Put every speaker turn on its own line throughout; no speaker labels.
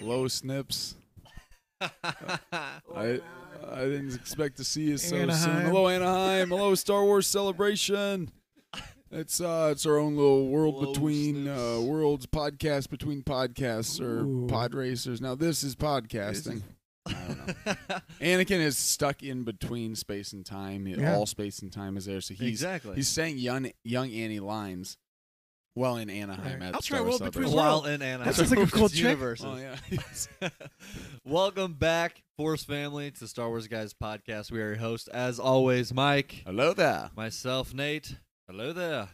low snips. I I didn't expect to see you so soon.
Anaheim.
Hello Anaheim. Hello Star Wars Celebration. It's uh it's our own little world
Low
between
snips.
uh, worlds podcast between podcasts or
Ooh.
pod racers. Now this is podcasting. I don't know. Anakin is stuck in between space and time.
Yeah.
All space and time is there, so he's
exactly.
he's saying young young Annie lines. while in Anaheim,
Right.
at
I'll
Star
try
Wars
World Between
Celebration.
while in Anaheim.
sounds like a cool chick.
universes.
Oh yeah,
Welcome back, Force family, to Star Wars Guys podcast. We are your host, as always, Mike,
hello there.
myself, Nate. Hello there,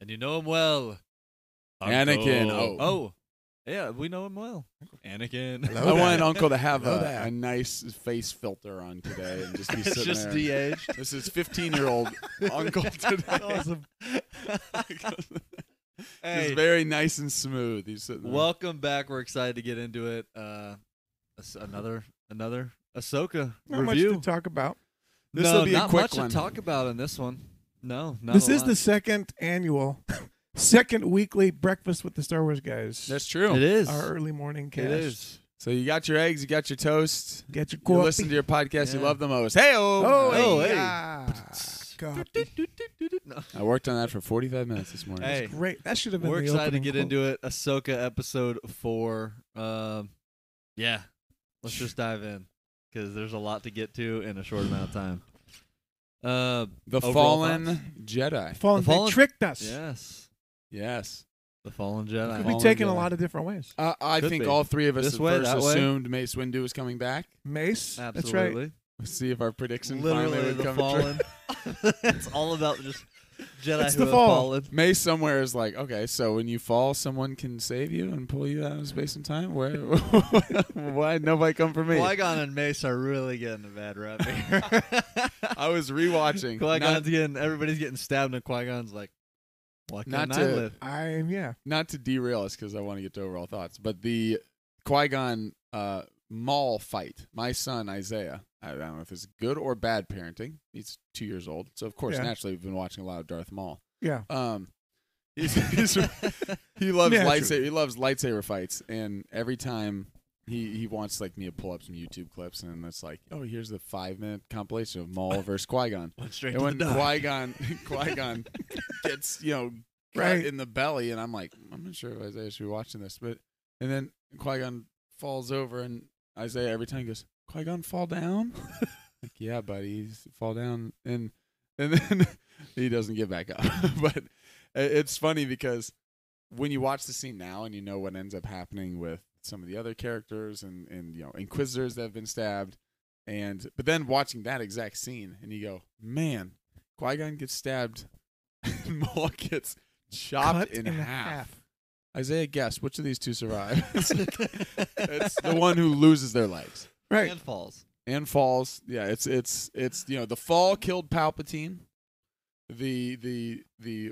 and you know him well,
Anakin.
Uncle-
Oh.
oh, yeah, we know him well, Anakin.
Hello
I
there.
wanted Uncle to have
Hello
a,
there.
a nice face filter on today and just be
it's
sitting
just
there.
de-aged.
this is 15 year old Uncle today.
awesome.
He's
Hey,
very nice and smooth. He's sitting there.
welcome back. We're excited to get into it. Uh, as- another, another Ahsoka
Not
review.
much to talk about.
This
no,
will be a
not
quick
much
one.
to talk about in this one. No, not
this
a
is
lot.
the second annual, second weekly breakfast with the Star Wars guys.
That's true.
It is.
our early morning cast.
It is.
So you got your eggs, you got your toast.
Get your
You
coffee.
listen to your podcast you
Yeah.
love the most. Hey,
oh,
Oh,
hey. Ah,
hey.
yeah. Coffee.
No.
I worked on that for 45 minutes this morning.
Hey,
Great. That should have been
we're
the
excited to
opening
get
quote.
into it. Ahsoka episode four. Um, yeah, let's just dive in because there's a lot to get to in a short amount of time. Uh,
The
Overall
Fallen
thoughts?
Jedi.
Fallen,
The Fallen-
They tricked us.
yes,
Yes.
the fallen
Could
Jedi.
be
Fallen
taken a
Jedi.
lot of different ways.
Uh, I
Could
think
be.
all three of us
This
at
way,
first
that way.
assumed Mace Windu was coming back.
Mace. That's right.
Absolutely,
Let's see if our prediction finally
literally
would
the
come true.
fallen. it's all about just Jedi
It's
who
the
have
fall.
fallen.
Mace somewhere is like, okay, so when you fall, someone can save you and pull you out of space and time. Where, why did nobody come for me?
Qui-Gon and Mace are really getting a bad rep here.
I was rewatching.
Qui Gon's
Not,
getting everybody's getting stabbed, and Qui Gon's like, "Why
Not
can't I
to-
live?"
I yeah.
not to derail us because I want to get to overall thoughts, but the Qui Gon uh, Maul fight. My son Isaiah. I don't know if it's good or bad parenting. He's two years old, so of course,
Yeah.
naturally, we've been watching a lot of Darth Maul.
Yeah.
Um, he's, he's he loves
Naturally.
lightsaber. He loves lightsaber fights, and every time he he wants like me to pull up some YouTube clips, and it's like, oh, here's the five minute compilation of Maul versus Qui Gon.
Went straight
And
to
when
the dock.
Qui Gon Qui Gon gets you know cut
Right.
in the belly, and I'm like, I'm not sure if Isaiah should be watching this, but and then Qui Gon falls over, and Isaiah every time goes, Qui Gon fall down. like, yeah, buddy, he's fall down, and and then he doesn't get back up. but i- it's funny because when you watch the scene now and you know what ends up happening with some of the other characters and and you know inquisitors that have been stabbed and but then watching that exact scene and you go man Qui-Gon gets stabbed and Maul gets chopped
Cut
in, half. Isaiah guess which of these two survive it's the one who loses their legs
Right.
and falls.
and falls yeah it's it's it's you know the fall killed Palpatine the the the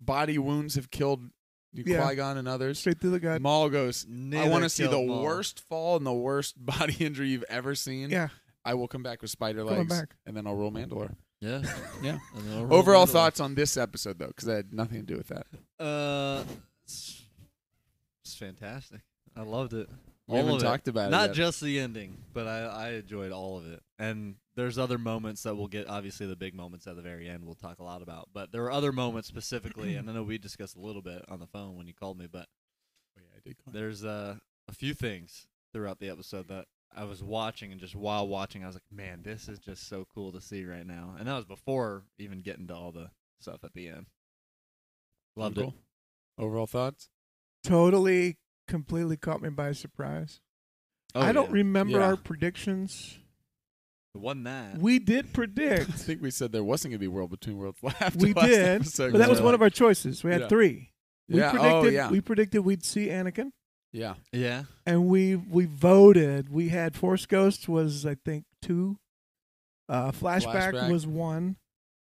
body wounds have killed
Yeah.
Qui-Gon and others
Straight through the gut.
Maul goes I
Neither
want to see the
killed Maul.
worst fall and the worst body injury you've ever seen.
Yeah.
I will come back with spider
Coming
legs,
back.
and then I'll roll Mandalore.
Yeah,
Yeah.
And then I'll roll
Overall
into
thoughts on this episode, though, because I had nothing to do with that.
it. Uh, it's, it's fantastic. I loved it.
We
all
haven't
of
talked
it.
about it
Not
yet.
just the ending, but I, I enjoyed all of it. And there's other moments that we'll get. Obviously, the big moments at the very end we'll talk a lot about. But there were other moments specifically, and I know we discussed a little bit on the phone when you called me, but
Oh, yeah, I did call it.
there's uh, a few things throughout the episode that I was watching, and just while watching, I was like, "Man, this is just so cool to see right now." And that was before even getting to all the stuff at the end. Loved
Cool. Overall thoughts?
Totally, completely caught me by surprise.
it.
I don't remember
Yeah.
our predictions.
One that.
We did predict,
I think we said there wasn't going to be World Between Worlds left.
We did, but that was one of our choices. We had
Yeah.
three. We
Yeah.
predicted
oh, yeah.
we predicted we'd see Anakin.
yeah.
Yeah.
And we we voted. We had Force Ghost was I think two. Uh Flashback,
Flashback.
was one.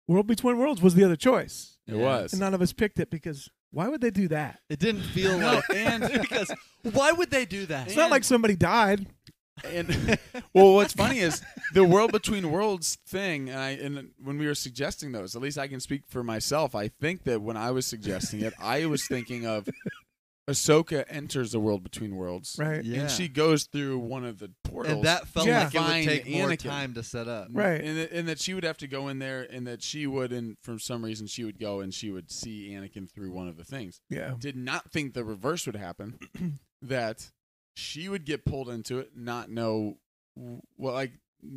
World Between Worlds was the other choice.
It
Yeah.
was.
And none of us picked it because why would they do that?
It didn't feel
No,
like
and-
because why would they do that?
It's not like somebody died.
And well, what's funny is the world between worlds thing. And I and when we were suggesting those, at least I can speak for myself. I think that when I was suggesting it, I was thinking of Ahsoka enters the world between worlds,
right?
and she goes through one of the portals.
and that felt
Yeah.
like it would
Find
take more
Anakin.
time to set up.
Right.
and that, and that she would have to go in there, and that she would, and for some reason, she would go and she would see Anakin through one of the things.
Yeah.
Did not think the reverse would happen. that she would get pulled into it, not know w- well, like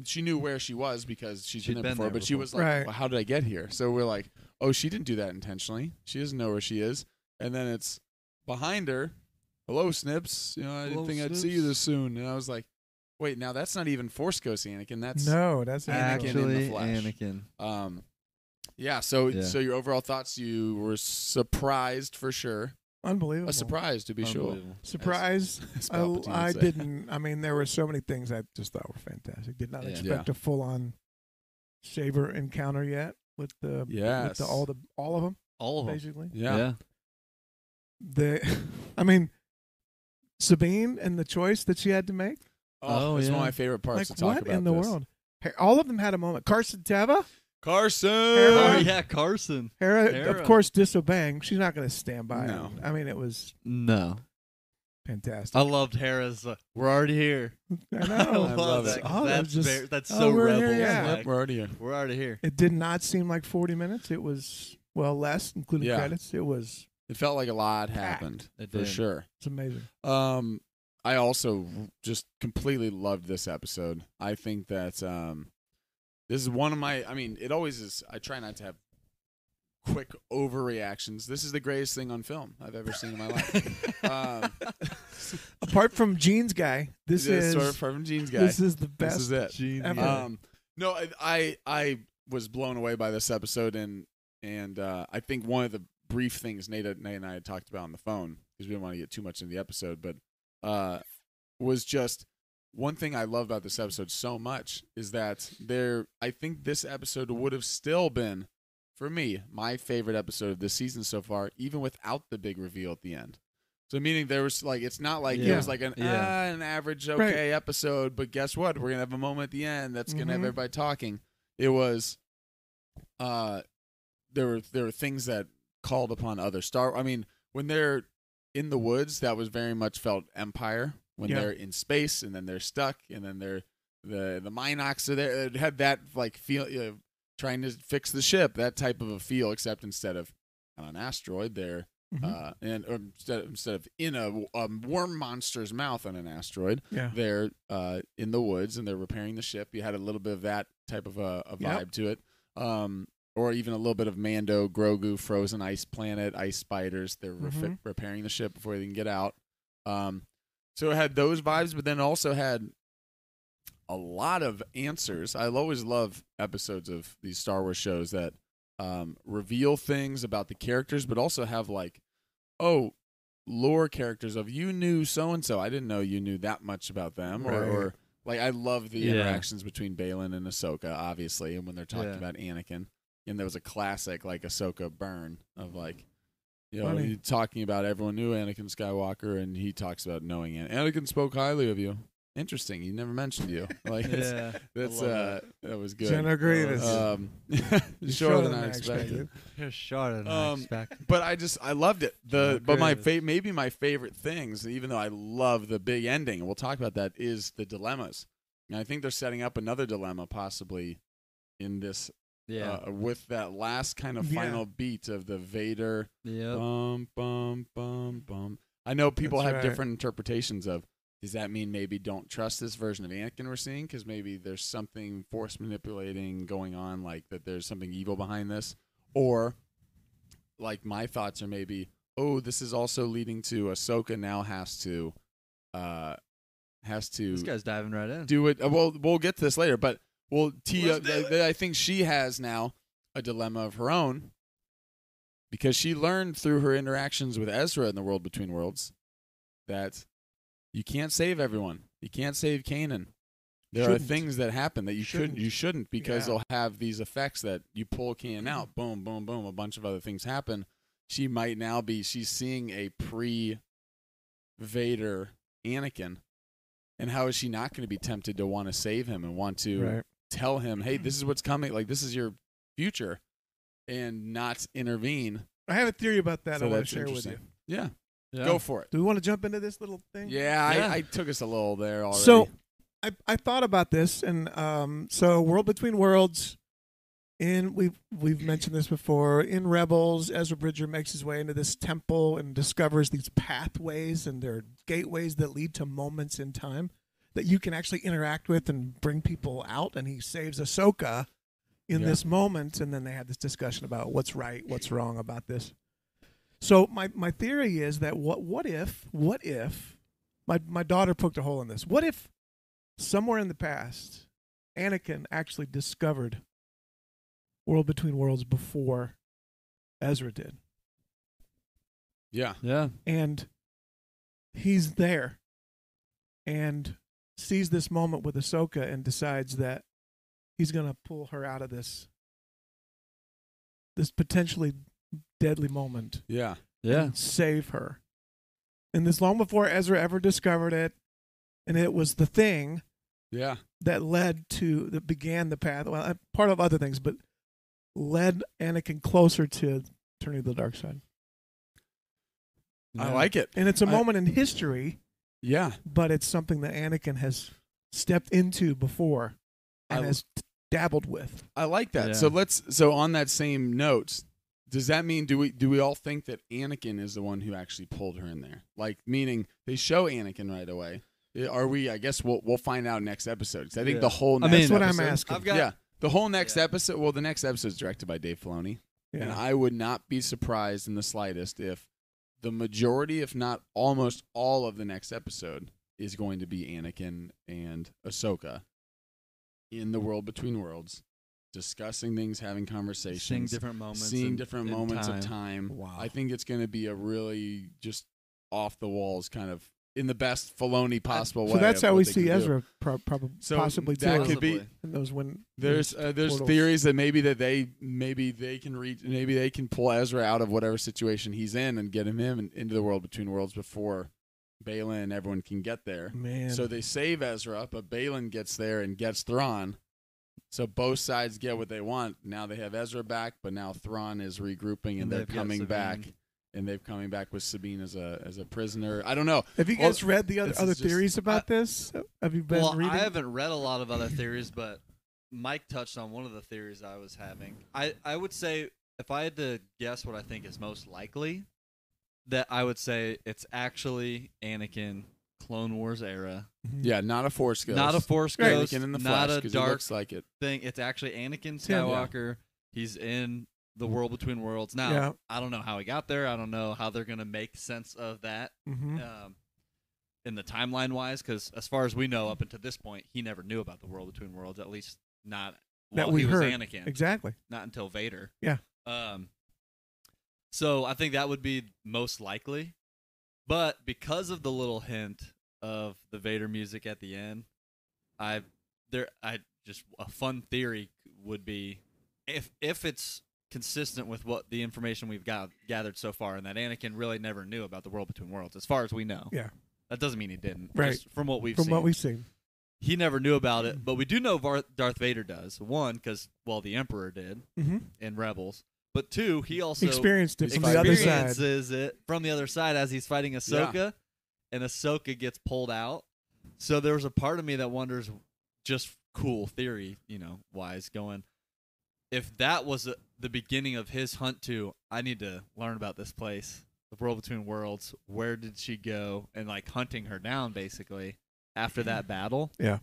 she knew where she was because she's
She'd
been there
been
before,
there
but she
before.
was like,
Right.
well, "How did I get here?" So we're like, "Oh, she didn't do that intentionally. She doesn't know where she is." And then it's behind her. Hello, Snips. You know, I didn't
Hello,
think I'd see you
Snips.
this soon. And I was like, "Wait, now that's not even Force Ghost Anakin. That's
no, that's
Anakin in the
Actually,
Flash.
Anakin.
um, yeah." So,
Yeah.
so your overall thoughts? You were surprised for sure.
unbelievable.
A surprise to be sure.
Unbelievable.
Surprise.
as
I,
Palpatine would
Oh, I
say.
didn't. I mean, there were so many things I just thought were fantastic. Did not
Yeah.
expect a full on saber encounter yet with the with
Yes.
the, all the all of them
All of them.
basically.
Yeah.
The, I mean, Sabine and the choice that she had to make.
Oh,
Oh,
it's one
yeah.
of my favorite parts to
like
talk
what
about.
in the
this.
world? Hey, All of them had a moment. Carson Teva,
Carson.
Oh
Hera.
yeah, Carson.
Hera,
Hera.
of course, disobeying. She's not going to stand by.
No. Oh.
him. I mean, it was
No,
fantastic.
I loved Hera's. Uh, we're already here.
I
I
know.
love
love
it.
that. 'cause
Oh, that
that's
just-
ver- that's
oh,
so
we're
rebel.
here, yeah.
Yep,
like,
we're already here.
we're already here.
It did not seem like 40 minutes. It was, well, less, including
Yeah.
credits. It was,
It felt like a lot
Packed.
happened
It
for
did.
sure.
it's amazing.
Um, I also just completely loved this episode. I think that um, this is one of my. I mean, it always is. I try not to have quick overreactions. This is the greatest thing on film I've ever seen in my life. Um,
Apart from Jeans Guy, this
Yeah,
is,
sort of from Jeans guy.
this is the
This
best.
is it.
Genius.
ever. Yeah.
Um, no, I, I I was blown away by this episode, and and uh, I think one of the brief things Nate, Nate and I had talked about on the phone because we didn't want to get too much into the episode, but uh, was just one thing I love about this episode so much is that there. I think this episode would have still been. For me, my favorite episode of this season so far, even without the big reveal at the end. So, meaning there was like, it's not like it
Yeah.
was like an
Yeah.
ah, an average okay
Right.
episode, but guess what? We're gonna have a moment at the end that's gonna have
Mhm.
everybody talking. It was, uh, there were there were things that called upon other Star. I mean, when they're in the woods, that was very much felt Empire. When
Yeah.
they're in space and then they're stuck and then they're the the Minox are there. It had that like feel you know, trying to fix the ship, that type of a feel. Except instead of on an asteroid, they're
Mhm.
uh, and or instead instead of in a, a worm monster's mouth on an asteroid,
Yeah.
they're uh, in the woods and they're repairing the ship. You had a little bit of that type of a, a vibe
Yep.
to it, um, or even a little bit of Mando, Grogu, frozen ice planet, ice spiders. They're refi-
Mhm.
repairing the ship before they can get out. Um, so it had those vibes, but then it also had a lot of answers. I always love episodes of these Star Wars shows that um, reveal things about the characters, but also have like, oh, lore characters of you knew so and so. I didn't know you knew that much about them, or,
Right.
or like I love the
Yeah.
interactions between Balin and Ahsoka, obviously, and when they're talking
Yeah.
about Anakin. And there was a classic like Ahsoka burn of like, you know,
Funny.
you talking about everyone knew Anakin Skywalker, and he talks about knowing An- Anakin spoke highly of you. Interesting, he never mentioned you. Like that's
yeah,
that's
I love
uh, that was good.
General Grievous.
Um,
You're
shorter than I expected.
Here's shot and
Um, But I just I loved it. The
General
but my
Grievous.
fa- maybe my favorite things, even though I love the big ending, and we'll talk about that, is the dilemmas. And I think they're setting up another dilemma possibly in this
yeah,
uh, with that last kind of
Yeah.
final beat of the Vader
yeah.
bum bum bum bum. I know people
That's
have
right.
different interpretations of. Does that mean maybe don't trust this version of Anakin we're seeing? Because maybe there's something force manipulating going on, like that there's something evil behind this, or like my thoughts are maybe, oh, this is also leading to Ahsoka now has to, uh, has to
This guy's diving right in.
do it. uh, Well, we'll get to this later, but we'll tee
Let's
up.
do
th-
it.
th- I think she has now a dilemma of her own because she learned through her interactions with Ezra in the World Between Worlds that you can't save everyone. You can't save Kanan. There are
Shouldn't.
things that happen that you shouldn't.
Shouldn't.
You shouldn't because
Yeah.
they'll have these effects that you pull Kanan out. Boom, boom, boom. A bunch of other things happen. She might now be. She's seeing a pre Vader Anakin. And how is she not going to be tempted to want to save him and want to
Right.
tell him, hey, this is what's coming? Like, this is your future and not intervene?
I have a theory about that
So
I want
that's
to share with you.
interesting. Yeah.
Yeah.
Go for it.
Do we want to jump into this little thing?
Yeah,
Yeah.
I, I took us a little there already.
So, I I thought about this, and um, so World Between Worlds, in we've we've mentioned this before. In Rebels, Ezra Bridger makes his way into this temple and discovers these pathways and their gateways that lead to moments in time that you can actually interact with and bring people out. And he saves Ahsoka in
Yeah.
this moment, and then they had this discussion about what's right, what's wrong about this. So my, my theory is that what what if what if my my daughter poked a hole in this. What if somewhere in the past, Anakin actually discovered World Between Worlds before Ezra did.
yeah,
Yeah.
And he's there and sees this moment with Ahsoka and decides that he's going to pull her out of this this potentially deadly moment
yeah,
Yeah.
and save her. And this long before Ezra ever discovered it and it was the thing
yeah.
that led to that began the path. Well, uh, part of other things, but led Anakin closer to turning to the dark side.
I like it.
And it's a
I-
moment in history,
Yeah,
but it's something that Anakin has stepped into before and
I-
has dabbled with.
I like that. So
Yeah.
let's. So on that same note, does that mean do we do we all think that Anakin is the one who actually pulled her in there? Like meaning they show Anakin right away. Eh, Are we? I guess we'll we'll find out next episode 'cause I think
Yeah.
the whole
I
next
mean-
That's what I'm
episode-
asking.
I've got
yeah, the whole next
Yeah.
episode. Well, the next episode is directed by Dave Filoni. And
yeah.
I would not be surprised in the slightest if the majority, if not almost all of the next episode, is going to be Anakin and Ahsoka in the world between worlds, discussing things, having conversations,
seeing different moments.
seeing
and-
different
and
moments
time.
of time.
Wow.
I think it's going to be a really just off the walls kind of in the best Filoni possible way.
so that's
of
how
what
we
they can
see
do.
Ezra pro- prob-
So
possibly too.
that could be-
Possibly.
in those when
There's uh, there's
portals.
theories that maybe that they maybe they can reach maybe they can pull Ezra out of whatever situation he's in and get him him in, into the world between worlds before Balin and everyone can get there.
man.
So they save Ezra, but Balin gets there and gets Thrawn. So both sides get what they want. Now they have Ezra back, but now Thrawn is regrouping and,
And
they're
they've got
coming
Sabine.
back. And they're coming back with Sabine as a as a prisoner. I don't know.
have you
all-
guys read the other
this is
other
just-
theories about this? Have you been
well,
reading?
I haven't read a lot of other theories, but Mike touched on one of the theories I was having. I, I would say if I had to guess what I think is most likely, that I would say it's actually Anakin Clone Wars era.
Mm-hmm.
Yeah, not a force ghost.
Not a force
Right.
ghost,
Anakin in the
not
Flash,
a
'cause
dark
He looks like it.
thing. It's actually Anakin
him.
Yeah.
Skywalker. He's in the world between worlds. Now,
Yeah.
I don't know how he got there. I don't know how they're going to make sense of that
Mhm.
um, in the timeline wise, because as far as we know, up until this point, he never knew about the world between worlds. At least not
That
while
we
he
heard.
was Anakin.
Exactly.
Not until Vader.
Yeah.
Um. So I think that would be most likely, but because of the little hint of the Vader music at the end, I there I just a fun theory would be if if it's consistent with what the information we've got gathered so far and that Anakin really never knew about the world between worlds as far as we know.
Yeah.
That doesn't mean he didn't.
Right.
Just from what we've
From
seen.
what we've seen.
he never knew about it, but we do know Var- Darth Vader does. One cuz well the emperor did
Mm-hmm.
in Rebels, but two he also
experienced it
he's
from the other side.
experiences it from the other side as he's fighting Ahsoka, and Ahsoka gets pulled out. So there was a part of me that wonders, just cool theory, you know, wise going, if that was the- the beginning of his hunt to, I need to learn about this place, the world between worlds. Where did she go? And like hunting her down, basically after that battle.
Yeah.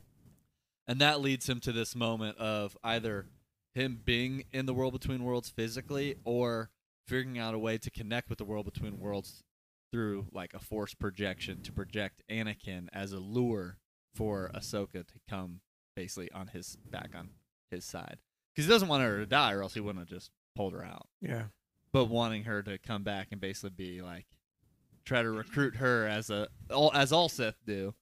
And that leads him to this moment of either him being in the world between worlds physically or figuring out a way to connect with the world between worlds through like a force projection to project Anakin as a lure for Ahsoka to come basically on his back on his side. Because he doesn't want her to die or else he wouldn't have just pulled her out
Yeah.
but wanting her to come back and basically be like try to recruit her as a all as all Sith do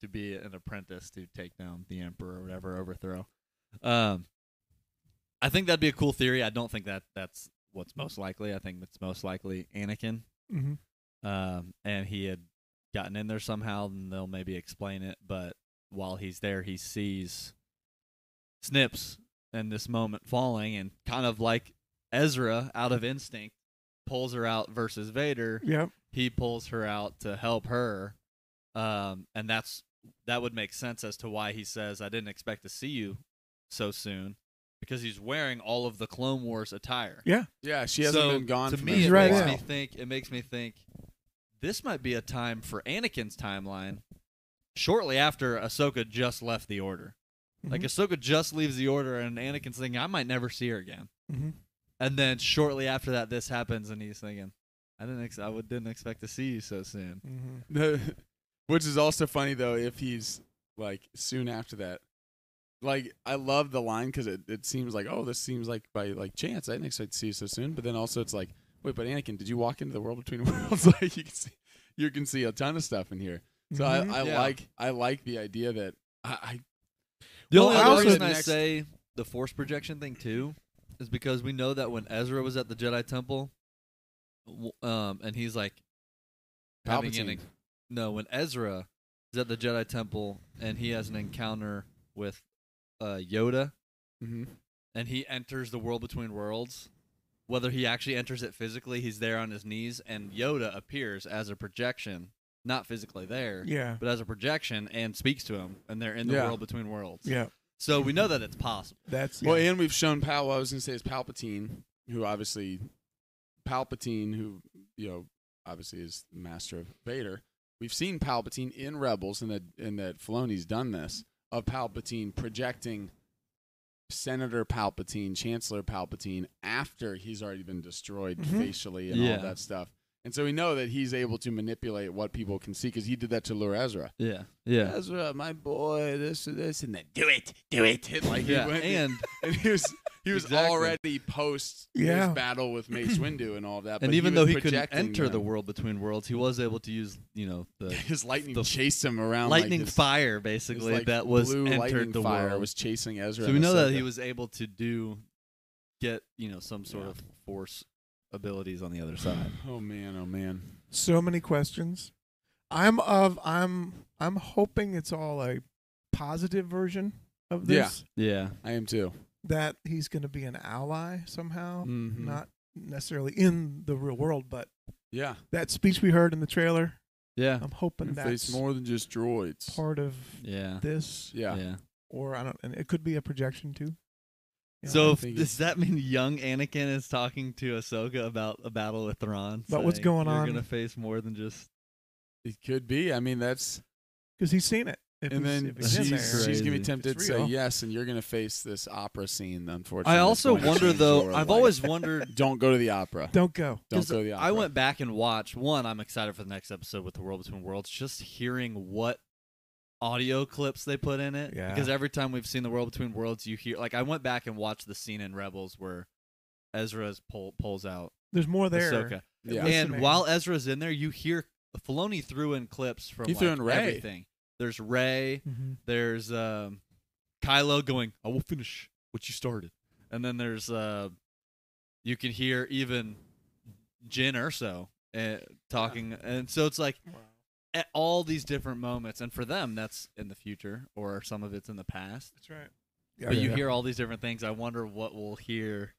to be an apprentice to take down the emperor or whatever overthrow. Um I think that'd be a cool theory. I don't think that that's what's most likely. I think it's most likely Anakin.
hmm
Um and he had gotten in there somehow and they'll maybe explain it, but while he's there he sees Snips in this moment falling and kind of like Ezra out of instinct pulls her out versus Vader
Yeah.
he pulls her out to help her, um, and that's that would make sense as to why he says, "I didn't expect to see you so soon," because he's wearing all of the Clone Wars attire.
Yeah, she hasn't
So,
been gone
to
from
me.
there
It
for a
Right,
makes
while.
me think. It makes me think. This might be a time for Anakin's timeline. Shortly after Ahsoka just left the Order, like Ahsoka just leaves the Order, and Anakin's thinking, "I might never see her again."
Mhm.
And then shortly after that, this happens, and he's thinking, "I didn't, ex- I would, didn't expect to see you so soon."
Mhm.
The- which is also funny though if he's like soon after that like i love the line because it, it seems like oh this seems like by like chance i didn't expect to see you so soon but then also it's like wait but anakin did you walk into the world between worlds like you can see you can see a ton of stuff in here so
Mhm.
i, I
Yeah.
like i like the idea that i, I
The
Well,
only
I
other
also-
reason I
next-
say the Force projection thing too is because we know that when Ezra was at the Jedi Temple, w- um, and he's like having an
Palpatine.
en- no, when Ezra is at the Jedi Temple and he has an encounter with uh, Yoda,
Mhm.
and he enters the world between worlds. Whether he actually enters it physically, he's there on his knees, and Yoda appears as a projection, not physically there,
yeah,
but as a projection, and speaks to him, and they're in the
Yeah.
world between worlds.
yeah.
So we know that it's possible.
That's
Well,
yeah.
and we've shown Pal. what I was going to say is Palpatine, who obviously Palpatine, who you know obviously is the master of Vader. We've seen Palpatine in Rebels, and that and that Filoni's done this of Palpatine projecting Senator Palpatine, Chancellor Palpatine after he's already been destroyed
Mhm.
facially and
Mm-hmm. Yeah.
all that stuff. And so we know that he's able to manipulate what people can see because he did that to Lure Ezra.
Yeah, yeah,
Ezra, my boy, this and this, and then do it, do it. And, like
yeah.
he went
And
and he was he was
Exactly.
already post
Yeah.
his battle with Mace Windu and all of that.
and
but he
even though
was
he couldn't
projecting
enter the
them.
world between worlds, he was able to use you know the
his lightning
the
chased him around. like
lightning
his-
fire
his,
basically
like,
that was
blue lightning
entered the
fire
world.
was chasing Ezra.
so we
and
know that
Ahsoka.
he was able to do get you know some sort
Yeah.
of force abilities on the other side.
Oh man, oh man.
so many questions. I'm of I'm I'm hoping it's all a positive version of
Yeah.
this.
Yeah,
I am too.
That he's going to be an ally somehow,
Mhm.
not necessarily in the real world, but
yeah.
that speech we heard in the trailer.
yeah,
I'm hoping
You face
that's
more than just droids.
part of
yeah,
this,
yeah.
or I don't. And it could be a projection too. You know,
So
I
if-
think
does that mean young Anakin is talking to Ahsoka about a battle with Thrawn?
About what's
saying,
going
You're
on?"
gonna face more than just
it could be. I mean, that's
because he's seen it. If
and
he's-
then
if he's in
she's,
there.
she's gonna be
Crazy.
tempted to
It's
say
real.
yes, and you're gonna face this opera scene. Unfortunately,
I
that's
also
going to
wonder
change
though.
your
I've
life.
always wondered.
don't go to the opera.
don't go.
Don't
'cause
go to the opera.
I went back and watched. One, I'm excited for the next episode with the World Between Worlds. Just hearing what audio clips they put in it,
Yeah.
because every time we've seen the World Between Worlds, you hear like I went back and watched the scene in Rebels where Ezra's pull, pulls out
There's more there.
Ahsoka,
Yeah.
and
Listening.
while Ezra's in there, you hear Filoni threw in clips from
He
like,
threw in Rey.
everything. There's Ray.
Mm-hmm.
Mhm.
There's um, Kylo going, "I will finish what you started," and then there's uh, you can hear even Jin Urso uh, talking, and so it's like at all these different moments, and for them that's in the future, or some of it's in the past.
That's right.
But you hear all these different things. I wonder what we'll hear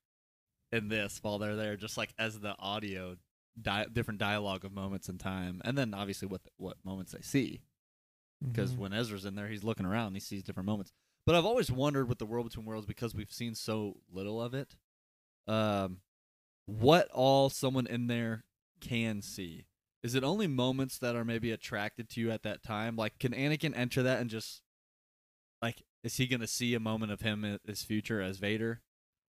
in this while they're there, just like as the audio, di- different dialogue of moments in time, and then obviously what what moments they see because
Mm-hmm.
when Ezra's in there, he's looking around, he sees different moments. But I've always wondered with the world between worlds because we've seen so little of it, um, what all someone in there can see. Is it only moments that are maybe attracted to you at that time? Like, can Anakin enter that and just like, is he gonna see a moment of him in his future as Vader,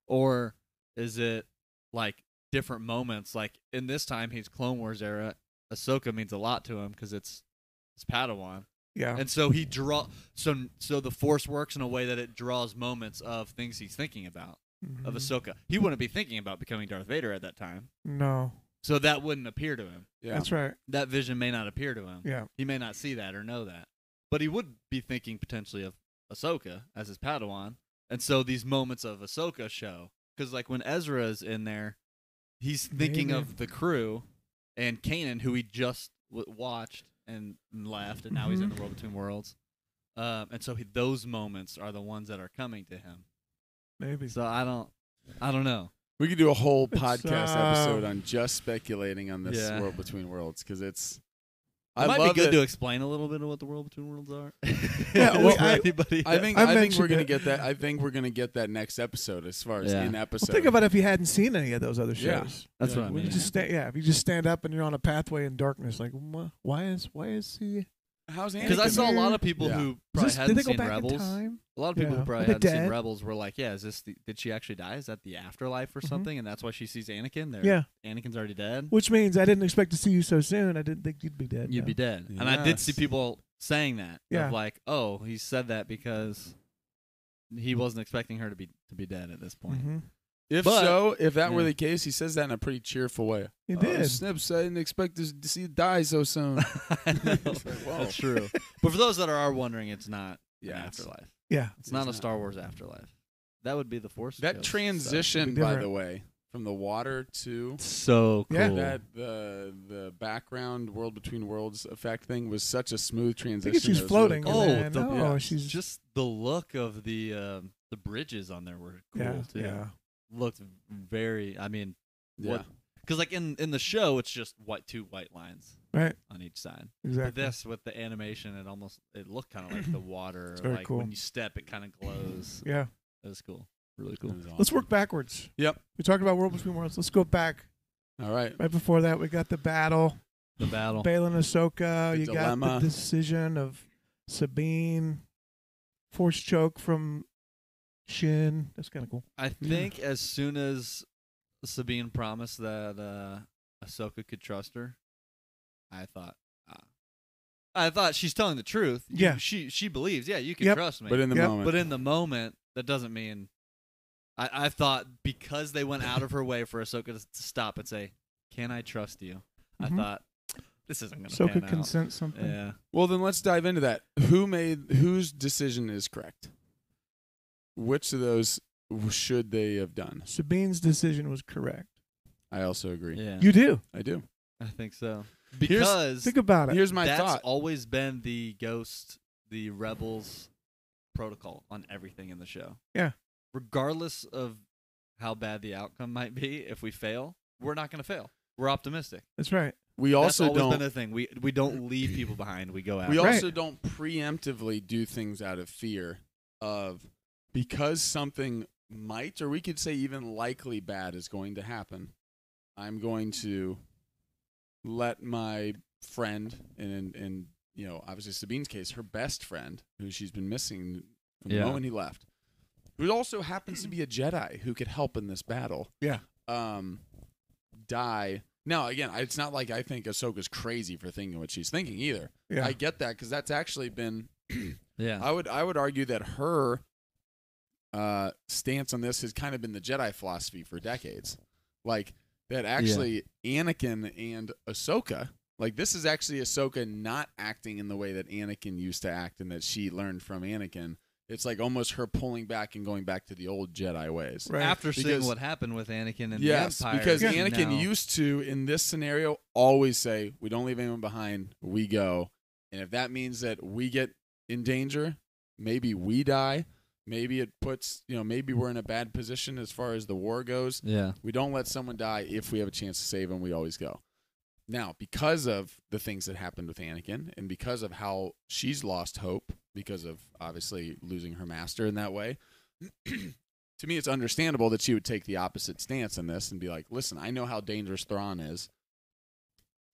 or is it like different moments? Like in this time, he's Clone Wars era. Ahsoka means a lot to him because it's it's Padawan
Mm-hmm.
yeah,
and so he draw so so the force works in a way that it draws moments of things he's thinking about of
Mm-hmm.
Mhm.
Ahsoka. He wouldn't be thinking about becoming Darth Vader at that time,
no,
so that wouldn't appear to him.
Yeah.
that's right.
That vision may not appear to him.
Yeah,
He may not see that or know that, but he would be thinking potentially of Ahsoka as his Padawan, and so these moments of Ahsoka show because like when Ezra's in there, he's thinking
Maybe.
of the crew and Kanan, who he just w- watched and and left, and now he's in
Mhm.
the world between worlds. Um, and so he, those moments are the ones that are coming to him.
maybe.
So I don't, I don't know.
We could do a whole
It's,
podcast
uh,
episode on just speculating on this
Yeah.
world between worlds because it's.
It
I
might
love
be good
it.
to explain a little bit of what the world between worlds are.
Yeah,
well,
for
I-
everybody.
I think
I
I, think
mentioned
we're gonna
it.
get that. I think we're gonna get that next episode as far as
Yeah.
in
Well,
episode.
think about if you hadn't seen any of those other shows.
Yeah.
that's what I
we
mean.
You just sta- yeah, if you just stand up and you're on a pathway in darkness, like wha- why is why is he?
how's
Because I saw a lot of people
Yeah.
who
Is
probably
this, did
hadn't
they go
seen
back in
Rebels.
time?
A lot of people
Yeah.
who probably
Are they
hadn't
dead?
seen Rebels were like, "Yeah, is this the, did she actually die? Is that the afterlife or
Mhm.
something?" And that's why she sees Anakin. There,
Yeah,
Anakin's already dead.
which means I didn't expect to see you so soon. I didn't think you'd be dead.
You'd
no.
be dead. And I did see
Yes.
people saying that.
Yeah.
Of like, oh, he said that because he wasn't expecting her to be to be dead at this point.
Mhm.
If
But-
so, if that were
Yeah.
the case, he says that in a pretty cheerful way.
You
Oh,
did.
Snips, I didn't expect to to see you die so soon.
I know.
It's like, wow.
That's true. but for those that are wondering, it's not an
Yeah, it's-
afterlife. It's,
yeah.
not a
not.
Star Wars afterlife. That would be the Force.
That
Ghost
transition,
Be
by the
different.
way, from the water to
stuff. So cool.
Yeah.
that the the background world between worlds effect thing was such a smooth transition.
she's
It was really
floating.
cool.
oh,
then,
the,
oh,
yeah,
she's-
just the look of the um, the bridges on there were cool
yeah,
too.
yeah.
Looked very. I mean,
yeah.
what? Because like in in the show, it's just white two white lines
Right.
on each side. But
Exactly.
this with the animation, it almost it looked kind of like the water.
very
like
cool.
when you step, it kind of glows.
Yeah.
It was cool. Really cool.
It was
Let's
awesome.
work backwards.
Yep.
We talked about World Between Worlds. Let's go back.
All right.
Right before that, we got the battle.
The battle.
Balin Ahsoka.
The
you got
dilemma.
the decision of Sabine. Force choke from Shin. That's kind of cool.
I think as soon as Sabine promised that uh, Ahsoka could trust her, I thought, ah. I thought she's telling the truth. You-
Yeah.
she she believes. Yeah, you can
Yep.
trust me.
But in the
Yep.
moment,
But in the moment, that doesn't mean. I, I thought because they went out of her way for Ahsoka to, s- to stop and say, "Can I trust you?"
Mhm.
I thought this isn't going to
Ahsoka
pan out.
consent something.
Yeah,
well, then let's dive into that. Who made whose decision is correct? Which of those w- should they have done?
Sabine's decision was correct.
I also agree.
yeah,
You do.
I do.
I think so because
Think about it.
Here's my
that's
thought.
always been the ghost, the rebels protocol on everything in the show.
Yeah.
regardless of how bad the outcome might be, if we fail, we're not going to fail. We're optimistic.
That's right.
We also
That's always
don't
been a thing. We we don't leave people behind. We go out.
We
Right.
also don't preemptively do things out of fear of because something might, or we could say even likely bad is going to happen. I'm going to let my friend and and, and you know obviously Sabine's case, her best friend, who she's been missing from the
Yeah.
moment he left, who also happens to be a Jedi who could help in this battle.
Yeah.
Um, die. Now again, I- it's not like I think Ahsoka's crazy for thinking what she's thinking either.
Yeah.
I get that because that's actually been.
yeah.
I would I would argue that her uh, stance on this has kind of been the Jedi philosophy for decades, like that actually Anakin and Ahsoka. Like this is actually Ahsoka not acting in the way that Anakin used to act and that she learned from Anakin. It's like almost her pulling back and going back to the old Jedi ways.
right.
After seeing
Because-
what happened with Anakin and
yes,
the Empire,
because
you
Anakin
know-
used to in this scenario always say, "We don't leave anyone behind. We go." And if that means that we get in danger, maybe we die, maybe it puts, you know, maybe we're in a bad position as far as the war goes.
yeah,
We don't let someone die if we have a chance to save him. We always go. Now, because of the things that happened with Anakin and because of how she's lost hope because of obviously losing her master in that way, to me, it's understandable that she would take the opposite stance in this and be like, listen, I know how dangerous Thrawn is.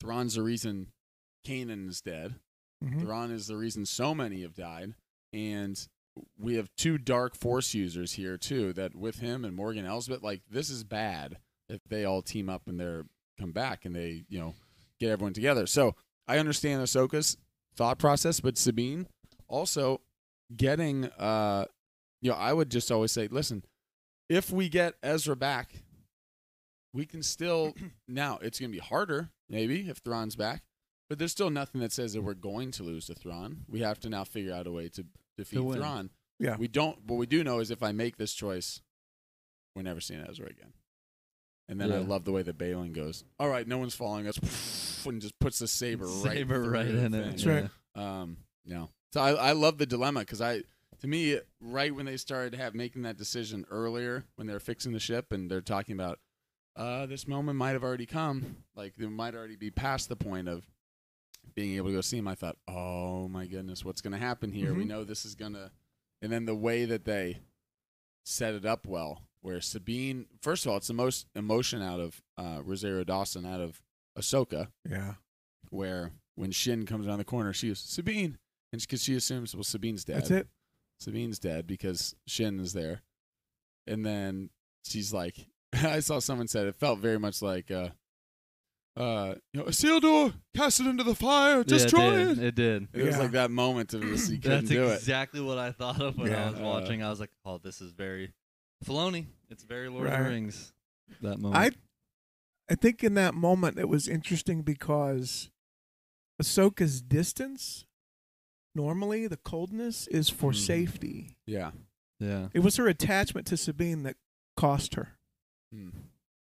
Thrawn's the reason Kanan is dead.
Mhm.
Thrawn is the reason so many have died, and we have two dark force users here too. That with him and Morgan Elsbeth, like this is bad if they all team up and they're come back and they you know get everyone together. So I understand Ahsoka's thought process, but Sabine also getting uh you know I would just always say, listen, if we get Ezra back, we can still now it's gonna be harder maybe if Thrawn's back. But there's still nothing that says that we're going to lose to Thrawn. We have to now figure out a way to defeat
To win.
Thrawn.
Yeah.
We don't. What we do know is if I make this choice, we're never seeing Ezra again. And then I
Yeah.
love the way that Balin goes. All right, no one's following us, and just puts the saber,
saber
right,
right
through
in
the
it.
thing.
That's right.
yeah.
Um, no. So I, I love the dilemma because I to me, right when they started to have making that decision earlier, when they're fixing the ship and they're talking about uh, this moment might have already come, like they might already be past the point of being able to go see him. I thought, oh my goodness, what's going to happen here? We
Mhm.
know this is going to, and then the way that they set it up well, where Sabine, first of all, it's the most emotion out of uh, Rosario Dawson out of Ahsoka
Yeah.
where when Shin comes around the corner, she goes, Sabine. And because she assumes, well, Sabine's dead.
That's it.
Sabine's dead because Shin is there. And then she's like, I saw someone said it felt very much like, uh, uh, you know, Isildur, cast it into the fire, destroy
it,
it.
did. It did.
It was
Yeah.
like that moment of this, he couldn't
That's
do it.
exactly what I thought of when
Yeah.
I was watching. I was like, "Oh, this is very Filoni. It's very Lord of
Right.
the Rings." That moment.
I I think in that moment it was interesting because Ahsoka's distance, normally the coldness, is for
Mhm.
safety.
Yeah.
yeah.
It was her attachment to Sabine that cost her.
Hmm.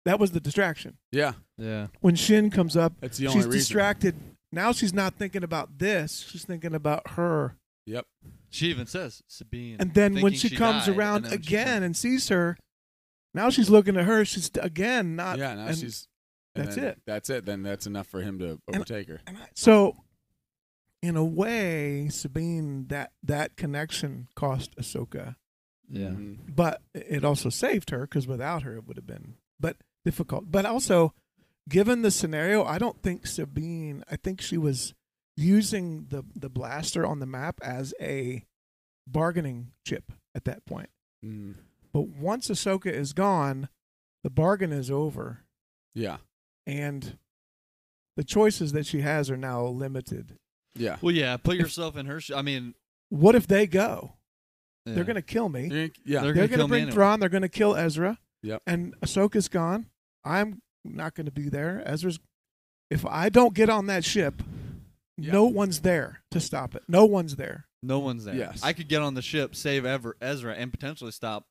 That was the distraction.
Yeah.
Yeah.
When Shin comes up,
That's the only
she's
reason.
distracted. Now she's not thinking about this. She's thinking about her.
Yep.
She even says Sabine.
And then when
thinking
she, comes
died,
around
and then when she
again
comes-
and sees her, now she's looking at her. She's again not.
yeah. Now
and-
she's. and
that's
then
it.
That's it. Then that's enough for him to overtake her.
And I- so, in a way, Sabine, that that connection cost Ahsoka,
yeah.
Mhm.
but it also saved her because without her, it would have been but difficult. But also, given the scenario, I don't think Sabine. I think she was using the the blaster on the map as a bargaining chip at that point.
Mhm.
But once Ahsoka is gone, the bargain is over,
Yeah.
and the choices that she has are now limited.
Yeah.
Well, yeah. Put yourself in her. Sh- I mean,
What if they go?
yeah.
They're going to kill me.
You're- Yeah.
They're,
gonna
going to
kill me
bring
anyway.
Thrawn. They're going to kill Ezra.
Yep.
And Ahsoka's gone. I'm not going to be there. Ezra's. If I don't get on that ship,
Yeah.
no one's there to stop it. No one's there.
No one's there.
Yes.
I could get on the ship, save Ever- Ezra, and potentially stop.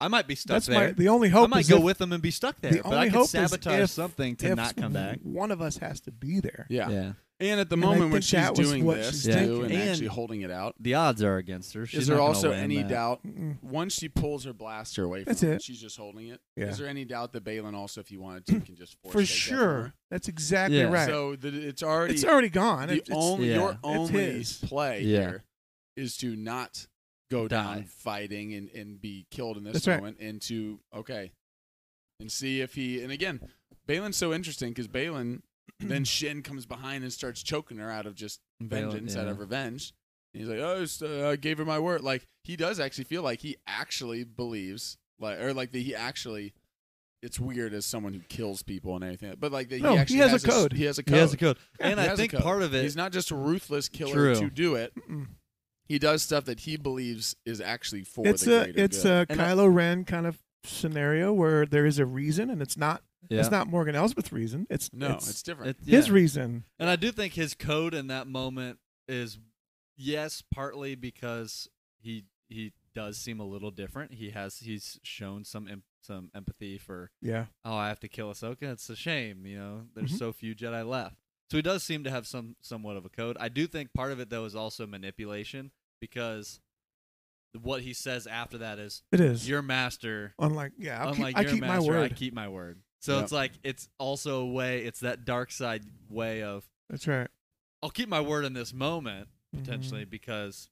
I might be stuck
That's
there.
my the only
I
hope.
might
is
go
if,
with them and be stuck there.
the
but
only
I could
hope is
sabotage
if-
something to
if
not come back.
One of us has to be there.
Yeah. And at the
And I
moment when
think
she's
that was
doing
what
this
she's
too,
thinking.
and,
And-
actually holding it out,
The odds are against her. She's
is there
not gonna
also
win
any
that.
doubt?
Mm-mm.
Once she pulls her blaster away from
That's
him,
it.
and she's just holding it. Is
Yeah.
there any doubt that Balin also, if you wanted to, can just force
For
take that from
sure.
her?
That's exactly
Yeah.
right.
So that it's already
it's already gone.
the
It- it's-
only
Yeah.
your
It's
only
his.
play
Yeah.
here is to not go down
Die.
fighting and, and be killed in this
That's right.
moment, and to okay, and see if he. And again, Balin's so interesting because Balin then Shin comes behind and starts choking her out of just
Bail-
vengeance out
yeah.
of revenge. And he's like, oh, so I gave her my word. Like he does actually feel like he actually believes, like or like that he actually. It's weird as someone who kills people and everything, but like that
No,
he
he
actually
has a
s-
code.
he has a code.
He has a code. And
He
I
has a
think
code.
part of it
He's not just a ruthless killer
True.
to do it.
Mm-mm.
He does stuff that he believes is actually for
it's
the
a
greater
it's
good.
a
And I-
Kylo Ren kind of scenario where there is a reason, and it's not
yeah.
it's not Morgan Elspeth's reason. It's
no,
it's,
it's, different.
It-
his
yeah.
reason.
And I do think his code in that moment is yes, partly because he he does seem a little different. He has he's shown some em- some empathy for
Yeah,
oh I have to kill Ahsoka. It's a shame, you know. There's
Mhm.
so few Jedi left. So he does seem to have some somewhat of a code. I do think part of it though is also manipulation because what he says after that is
it is.
your master
unlike yeah, I'll
unlike
keep, I
your
keep
master,
my
I
word.
keep my word. So
Yep.
it's like it's also a way it's that dark side way of
That's right.
I'll keep my word in this moment
Mhm.
potentially because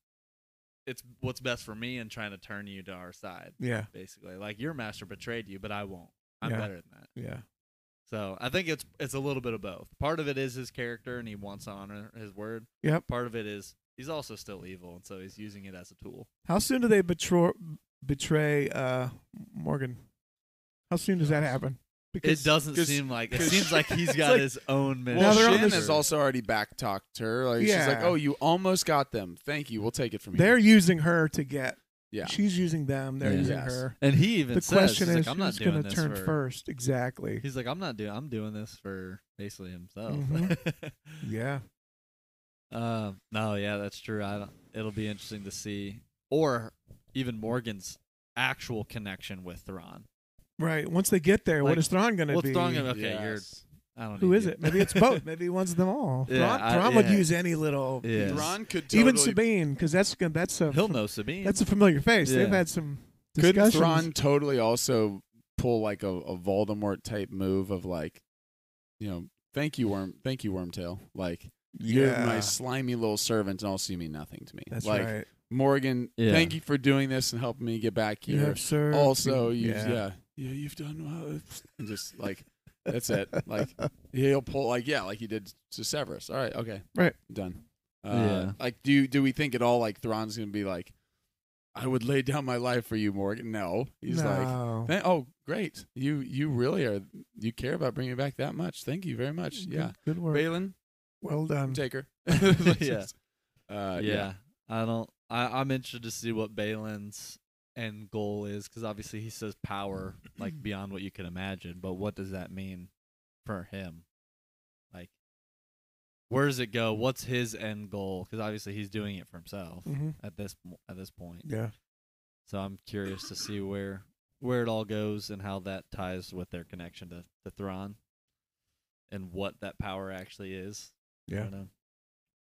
it's what's best for me and trying to turn you to our side
Yeah,
basically. Like your master betrayed you, but I won't. I'm
Yeah.
better than that.
yeah.
So I think it's it's a little bit of both. Part of it is his character and he wants to honor his word.
Yep.
Part of it is he's also still evil and so he's using it as a tool.
How soon do they betray betray uh, Morgan? How soon does that happen?
It doesn't
'cause-
seem like it
'cause-
seems like he's
It's
got
like-
his own mission.
well,
they're on
Shin
this-
has also already back talked her. Like she's like,
Yeah.
"Oh, you almost got them. Thank you. We'll take it from
they're
you."
using her to get.
Yeah.
she's using them. They're
Yeah.
using
Yes.
her.
and he even
The
says
question
he's
is,
like, I'm not
who's
doing
going to
this
turn
for-
first? Exactly.
He's like, I'm not doing. I'm doing this for basically himself.
Mm-hmm. Yeah.
Uh, no, yeah, that's true. I don't, it'll be interesting to see, or even Morgan's actual connection with Thrawn.
Right. Once they get there, what
Like,
is Thrawn going to
well,
be?
Thrawn gonna- Okay,
Yes.
I don't.
Who
need
is
you.
it? Maybe it's both. Maybe one's them all.
Yeah,
Thrawn,
I-
Thrawn would
yeah.
use any little.
Yeah. Yes.
Ron could totally
Even Sabine, because that's gonna- that's a
He'll know Sabine.
that's a familiar face.
Yeah.
They've had some
could
discussions.
Thrawn totally also pull like a, a Voldemort type move of like, you know, thank you worm, thank you Wormtail, like you're
Yeah.
my slimy little servant and also you mean nothing to me.
That's
like
right.
Morgan,
Yeah.
thank you for doing this and helping me get back
You
here.
have served.
also,
me-
you Mm-hmm. yeah. yeah, you've done well. And just like that's it. Like he'll pull like yeah, like he did to Severus. All right, okay,
Right.
done. Uh,
Yeah.
Like, do do we think at all like Thrawn's gonna be like, I would lay down my life for you, Morgan? No, he's like,
No.
"Thank- oh great, you you really are you care about bringing me back that much? Thank you very much. Yeah,
Good, good work.
Balin,
well done.
take her.
Mm-hmm. um, Yeah.
Uh,
yeah. I don't. I, I'm interested to see what Balin's end goal is because obviously he says power like beyond what you can imagine, but what does that mean for him? Like, where does it go? What's his end goal? Because obviously he's doing it for himself
hmm
at this mo- at this point.
Yeah.
So I'm curious to see where where it all goes and how that ties with their connection to to Thrawn and what that power actually is.
Yeah.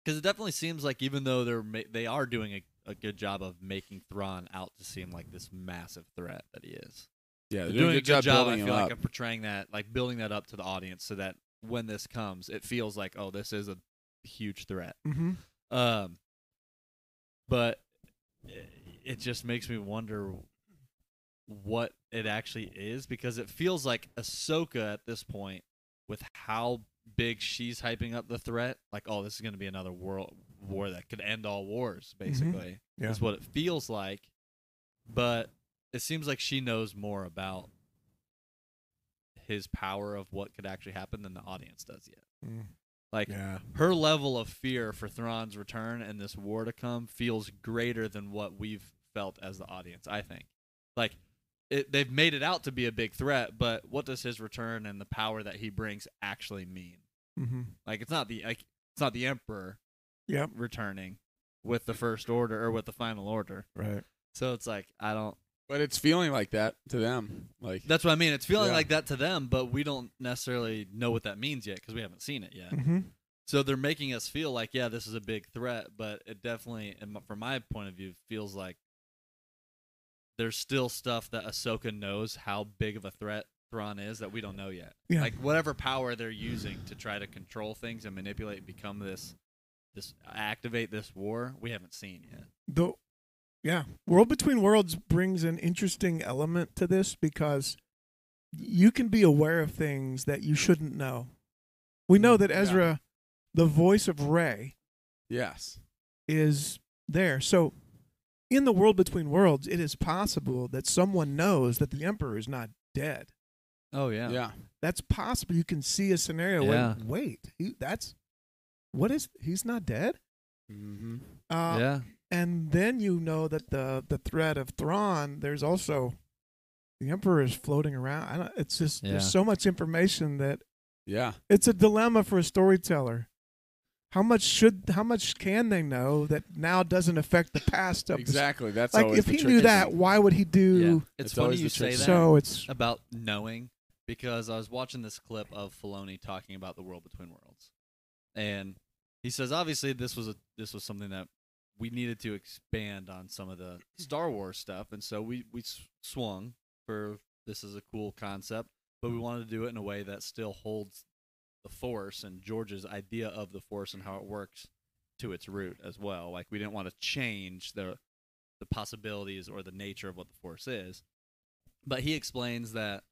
Because it definitely seems like even though they're ma- they are doing a, a good job of making Thrawn out to seem like this massive threat that he is.
Yeah,
They're
they're
doing, a good job, I
building
feel
him
like
up.
I'm portraying that like building that up to the audience so that when this comes, it feels like oh this is a huge threat.
hmm
Um, but it, it just makes me wonder what it actually is because it feels like Ahsoka at this point, with how big she's hyping up the threat, like oh, this is going to be another world war that could end all wars, basically.
Yeah.
Is what it feels like, but it seems like she knows more about his power of what could actually happen than the audience does yet. Like
Yeah.
her level of fear for Thrawn's return and this war to come feels greater than what we've felt as the audience. I think, like, it, they've made it out to be a big threat, but what does his return and the power that he brings actually mean?
hmm
Like, it's not the like it's not the Emperor
Yep.
returning with the First Order or with the Final Order.
Right.
So it's like I don't.
But it's feeling like that to them. Like
That's what I mean. It's feeling
Yeah.
like that to them, but we don't necessarily know what that means yet because we haven't seen it yet.
hmm
So they're making us feel like, yeah, this is a big threat, but it definitely, in my- from my point of view, feels like there's still stuff that Ahsoka knows how big of a threat Thrawn is that we don't know yet.
Yeah.
Like whatever power they're using to try to control things and manipulate, become this, this activate this war, we haven't seen yet.
the yeah world between worlds brings an interesting element to this because you can be aware of things that you shouldn't know we know that
Mm, Yeah.
ezra the voice of ray
yes.
is there so in the world between worlds it is possible that someone knows that the emperor is not dead
Oh
Yeah.
that's possible you can see a scenario where
Yeah.
wait he, that's what is he's not dead
Mm-hmm.
uh,
yeah.
and then you know that the the threat of Thrawn, there's also the Emperor is floating around. I don't, it's just
Yeah.
there's so much information that
Yeah.
it's a dilemma for a storyteller. How much should how much can they know that now doesn't affect the past of the-
Exactly. That's
like
always
if
the
he
tricky
knew that,
thing.
why would he do
It's,
It's
funny
always the
you say
tricky
that.
thing.
so? It's
about knowing because I was watching this clip of Filoni talking about the world between worlds, and he says obviously this was a this was something that we needed to expand on some of the Star Wars stuff, and so we we s- swung for this is a cool concept, but we wanted to do it in a way that still holds the Force and George's idea of the Force and how it works to its root as well. Like we didn't want to change the the possibilities or the nature of what the Force is but he explains that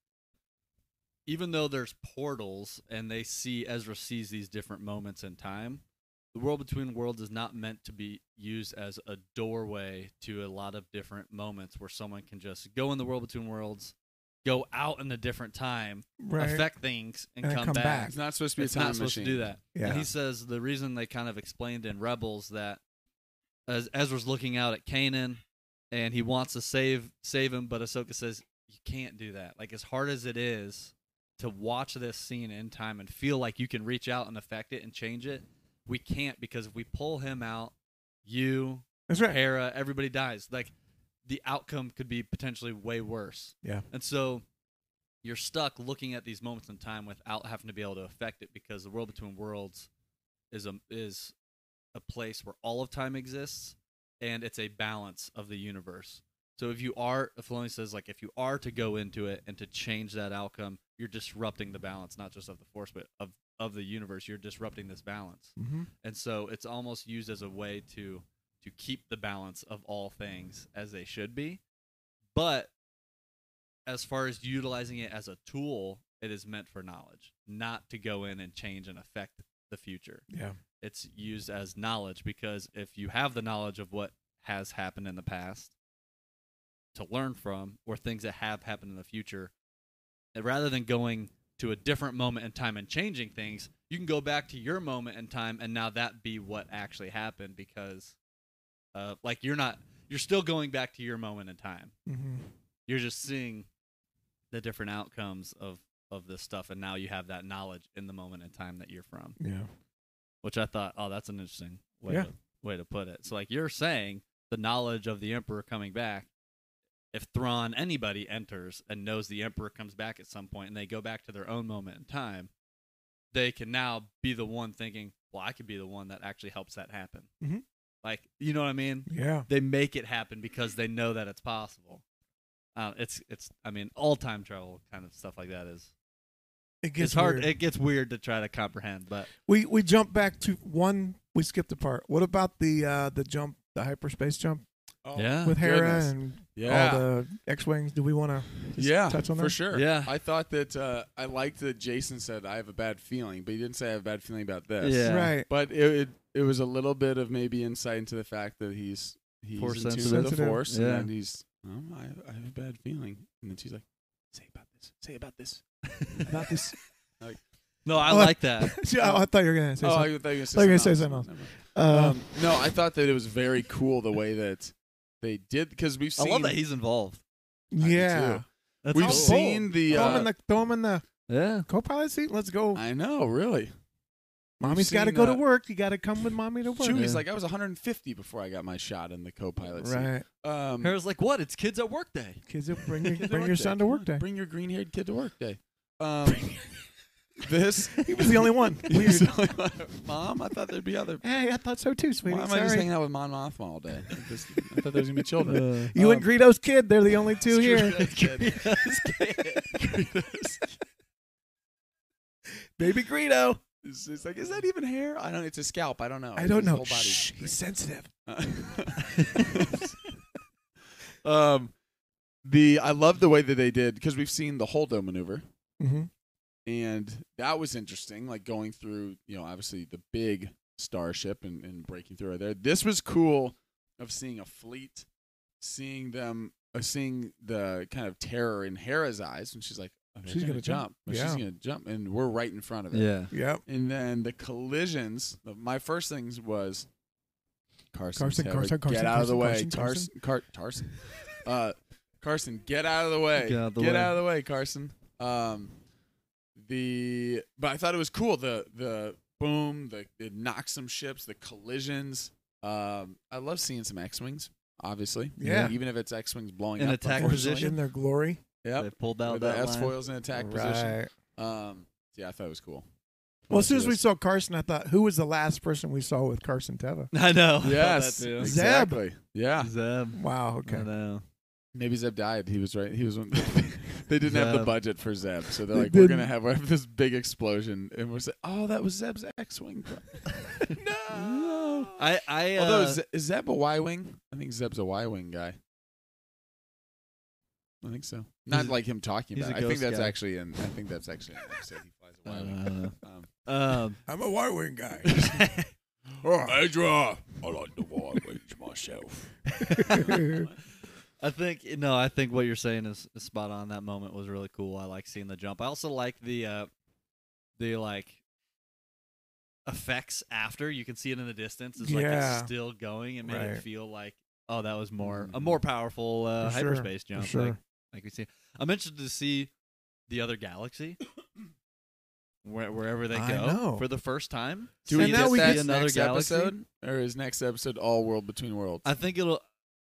even though there's portals and they see Ezra sees these different moments in time, the world between worlds is not meant to be used as a doorway to a lot of different moments where someone can just go in the world between worlds, go out in a different time,
right.
affect things, and,
And then
come,
come
back.
back.
it's not supposed to be
It's
a time
not supposed
machine.
to do that.
yeah.
And he says the reason they kind of explained in Rebels that as Ezra's looking out at Kanan and he wants to save save him, but Ahsoka says, You can't do that. Like as hard as it is to watch this scene in time and feel like you can reach out and affect it and change it, we can't because if we pull him out, you,
That's right.
Hera, everybody dies. Like the outcome could be potentially way worse.
Yeah.
And so you're stuck looking at these moments in time without having to be able to affect it because the world between worlds is a is a place where all of time exists and it's a balance of the universe. So if you are Filoni says like if you are to go into it and to change that outcome, you're disrupting the balance not just of the force but of of the universe. You're disrupting this balance.
Mm-hmm.
And so it's almost used as a way to to keep the balance of all things as they should be. But as far as utilizing it as a tool, it is meant for knowledge, not to go in and change and affect the future.
Yeah.
It's used as knowledge because if you have the knowledge of what has happened in the past to learn from or things that have happened in the future, and rather than going to a different moment in time and changing things, you can go back to your moment in time and now that be what actually happened because uh, like you're not you're still going back to your moment in time.
Mm-hmm.
You're just seeing the different outcomes of of this stuff and now you have that knowledge in the moment in time that you're from,
Yeah.
which I thought, oh, that's an interesting way
Yeah.
to, way to put it. So like you're saying the knowledge of the emperor coming back if Thrawn anybody enters and knows the emperor comes back at some point and they go back to their own moment in time, they can now be the one thinking, well, I could be the one that actually helps that happen.
Mhm.
Like, you know what I mean?
Yeah.
They make it happen because they know that it's possible. Uh, it's it's I mean all time travel kind of stuff like that is
It
it's,
gets
hard
weird.
it gets weird to try to comprehend but
we we jump back to one. We skipped a part. What about the uh the jump, the hyperspace jump
Oh,
yeah
with Hera
goodness.
and
Yeah.
all the X wings? Do we want to?
yeah,
touch on
for
that?
sure.
Yeah.
I thought that uh, I liked that Jason said I have a bad feeling, but he didn't say I have a bad feeling about this.
Yeah.
Right.
but it, it it was a little bit of maybe insight into the fact that he's he's
Force
in tune with
sensitive.
the force,
Yeah.
and he's oh, I, I have a bad feeling, and then she's like, say about this, say about this, about this.
no I
Oh,
like that
Yeah, I thought you were gonna say
oh,
something.
I thought you were
I
going to
was gonna say something else. Um,
Um, no, I thought that it was very cool the way that they did because we've
I
seen
love that he's involved
I do
yeah.
too.
That's
we've
cool.
seen the.
Throw him
Uh,
in the throw him in the
yeah
co-pilot seat. Let's go.
I know, really.
Mommy's
seen
got to go to
that.
work. You got to come with mommy to work.
Chewie's
Yeah.
like I was 150 before I got my shot in the co-pilot. seat.
right.
Um,
Hera's like what it's kids at work day
Kids, you'll bring your
Kid to
bring
work
your
day.
son to
Come
work
on,
day.
Bring your green-haired kid to work day. Um, this
He was the only one. Weird.
Mom, I thought there'd be other.
hey, I thought so too, sweetie.
Why am I just
Sorry.
hanging out with Mon Mothma all day? I, just- I thought there was gonna be children.
You and
Um,
Greedo's kid. They're the only two here. Baby Greedo.
It's, it's like, is that even hair? I don't. It's a scalp. I don't know.
I
It's
don't
his
know.
whole body.
Shh, he's sensitive.
um, the I love the way that they did because we've seen the Holdo maneuver,
Mm-hmm.
and that was interesting. Like going through, you know, obviously the big starship and, and breaking through right there. This was cool of seeing a fleet, seeing them, uh, seeing the kind of terror in Hera's eyes, and she's like, oh, they're
She's
gonna,
gonna
jump.
jump.
Or She's
Yeah.
gonna jump, and we're right in front of it.
yeah
Yep.
And then the collisions. My first things was Carson.
Carson,
Taylor,
Carson, Carson,
get out of the way,
Carson, Carson, Carson.
Car- Tarson. Uh, Carson, get out of the way.
Get out of the way.
out of the way, Carson. Um, the but I thought it was cool. The the boom, the it knocks some ships, the collisions. Um, I love seeing some X wings. Obviously,
Yeah.
even if it's X wings blowing
In
up,
attack
unfortunately.
position.
In their glory.
Yep,
they pulled out
with the
that
S
line.
foils in attack position. Um, yeah, I thought it was cool.
Well, as soon as we saw Carson, I thought, who was the last person we saw with Carson Teva?
I know.
Yes, exactly. Yeah,
Zeb.
Wow. Okay.
I know.
Maybe Zeb died. He was right. He was. One, they didn't have the
Zeb.
budget for Zeb, so they're
They
like, "We're
didn't.
gonna have, we have this big explosion," and we're saying, "Oh, that was Zeb's X-wing." no.
I I uh,
Although is, is Zeb a Y-wing? I think Zeb's a Y-wing guy. I think so. Not
a-
like him talking
he's
about.
a
it. I think
ghost
that's
guy.
actually in. I think that's actually in the episode. He flies a Y-wing.
uh,
Um,
um,
I'm a Y Wing guy.
Adra, "Oh, I like the Y-wings myself.
I think no. I think what you're saying is, is spot on. That moment was really cool. I like seeing the jump. I also like the uh, the like effects after. You can see it in the distance. It's like
Yeah.
it's still going. It made it
Right.
feel like oh, that was more a
Mhm.
more powerful uh,
For sure.
hyperspace
For
jump. like-
sure.
like we see. I'm interested to see the other galaxy, where, wherever they go
I know.
for the first time.
Do we
we And
get
now
that
we
get another
next
galaxy?
episode, or is next episode all world between worlds?
I think it'll.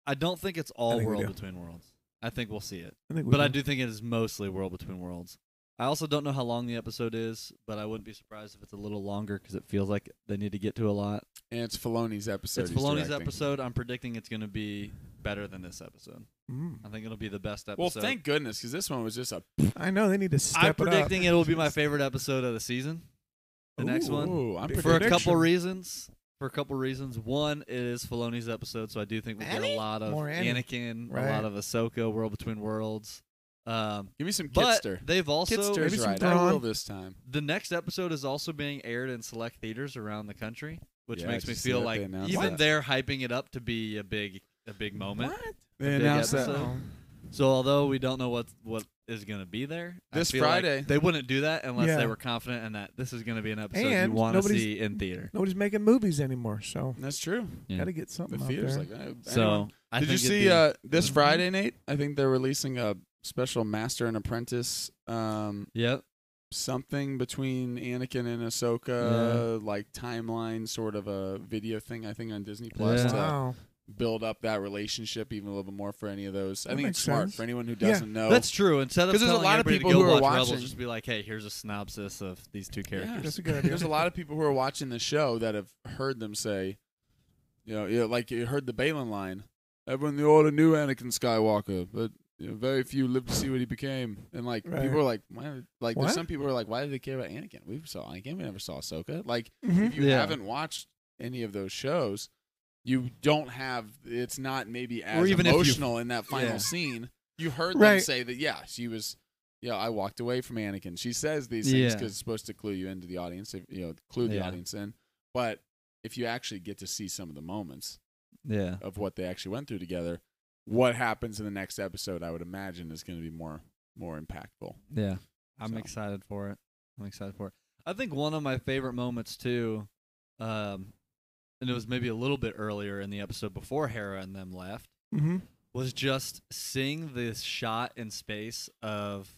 I don't think it's all
think we
world
do.
between worlds. I think we'll see it.
I think we
But I
will.
do think it is mostly World Between Worlds. I also don't know how long the episode is, but I wouldn't be surprised if it's a little longer because it feels like they need to get to a lot.
And it's Filoni's episode.
it's
he's
Filoni's
directing.
episode. I'm predicting it's going to be better than this episode. I
Mm.
think it'll be the best episode.
Well, thank goodness, because this one was just a.
I know they need to step
I'm
it up.
predicting it will be my favorite episode of the season. The next
Ooh.
one
Ooh, I'm
Big
for a couple
prediction.
reasons. For a couple reasons, one it is Filoni's episode, so I do think we'll get a lot of
More Annie.
Anakin, a
Right.
lot of Ahsoka, World Between Worlds. Um,
Give me some
but
Kitster.
they've also
Kitster's
Maybe some
right. I will
Thrawn.
this time.
the next episode is also being aired in select theaters around the country, which
Yeah, I
makes me
just see
feel
that
like
they announced
even
that.
they're hyping it up to be a big a big moment.
What?
They
big
announced that.
episode. So although we don't know what what is going to be there I
This
feel like
Friday.
they wouldn't do that unless
Yeah.
they were confident in that this is going to be an episode
And
you want to
nobody's-
see in theater.
Nobody's making movies anymore, so
That's true.
Yeah.
got to get
The
something out
theater's
there.
like. eh, anyone-
So I
did you
think it'd
see
be-
uh, this
Mhm.
Friday, Nate? I think they're releasing a special Master and Apprentice um,
Yep.
something between Anakin and Ahsoka, like timeline sort of a video thing. I think on Disney Plus
Yeah.
to
wow.
build up that relationship even a little bit more for any of those. I
That
think
makes
it's smart
sense.
for anyone who
Yeah.
doesn't know.
That's true. Instead of
'Cause there's a
telling
lot of
everybody
people
to go
who are
watch Rebels,
watching-
just be like, "Hey, here's a synopsis of these two characters."
Yeah.
That's a good idea.
There's a lot of people who are watching the show that have heard them say, you know, yeah, like you heard the Balin line. Everyone they all knew Anakin Skywalker, but you know, very few lived to see what he became. And like
Right.
people are like, why? Like there's
What?
some people who are like, why do they care about Anakin? We saw Anakin, we never saw Ahsoka. Like
Mhm.
if you
Yeah.
haven't watched any of those shows, you don't have. It's not maybe as
Or even if you-
emotional in that final
Yeah.
scene. You heard them
Right.
say that. Yeah, she was. Yeah, I walked away from Anakin. She says these things
Yeah.
because it's supposed to clue you into the audience. if- You know, clue the
Yeah.
audience in. But if you actually get to see some of the moments
yeah.
of what they actually went through together, what happens in the next episode, I would imagine, is going to be more more impactful.
Yeah. I'm
So.
excited for it. I'm excited for it. I think one of my favorite moments too, um, and it was maybe a little bit earlier in the episode before Hera and them left,
Mhm.
was just seeing this shot in space of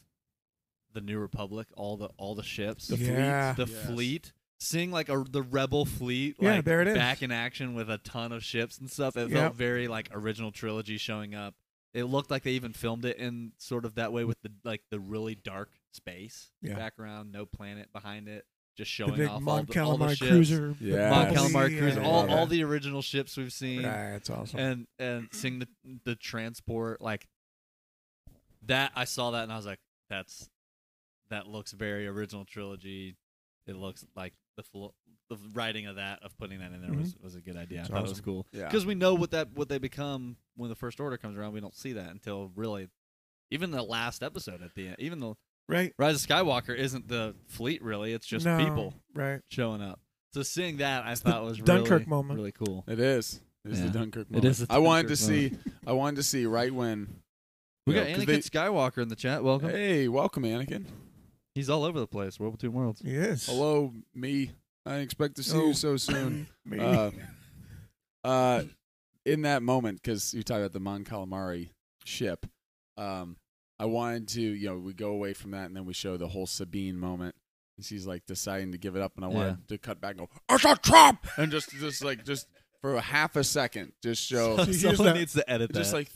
the New Republic, all the all the ships,
The Yeah.
the
Yes.
fleet, seeing like a, the Rebel fleet,
Yeah,
like
there it is.
back in action with a ton of ships and stuff. It
Yep.
felt very like original trilogy showing up. It looked like they even filmed it in sort of that way with the like the really dark space
Yeah.
background, no planet behind it, just
The
showing
big
off all
Mon
the, all the
Calamari
ships.
cruiser.
Yeah.
Mon
Yes.
Calamari
Yeah.
cruiser,
I
all,
love
all
it.
the original ships we've seen
Right, that's awesome.
and and seeing the the transport like that I saw that and I was like that's that looks very original trilogy it looks like the full, the writing of that of putting that in there was, was a good idea
Mm-hmm. It's
I thought it was
awesome.
cool
Yeah.
because we know what that what they become when the first order comes around we don't see that until really even the last episode at the end even the
right.
rise of Skywalker isn't the fleet really it's just
No,
people
Right.
showing up so seeing that I thought was
Dunkirk
really,
moment.
really cool
It is. It is
Yeah.
the Dunkirk
It
moment.
is the
I wanted to
Dunkirk moment.
see. I wanted to see right when.
we
you
got
know, 'cause
Anakin
they-
Skywalker in the chat welcome
Hey, welcome, Anakin.
He's all over the place. World Between Worlds.
Yes.
Hello, me. I didn't expect to see
Oh.
you so soon.
Me.
uh, uh, in that moment, because you talk about the Mon Calamari ship, um, I wanted to, you know, we go away from that and then we show the whole Sabine moment. And she's like deciding to give it up, and I wanted to cut back and go, "It's a trap!" and just, just like, just for a half a second, just show,
So- someone needs
to edit
just like,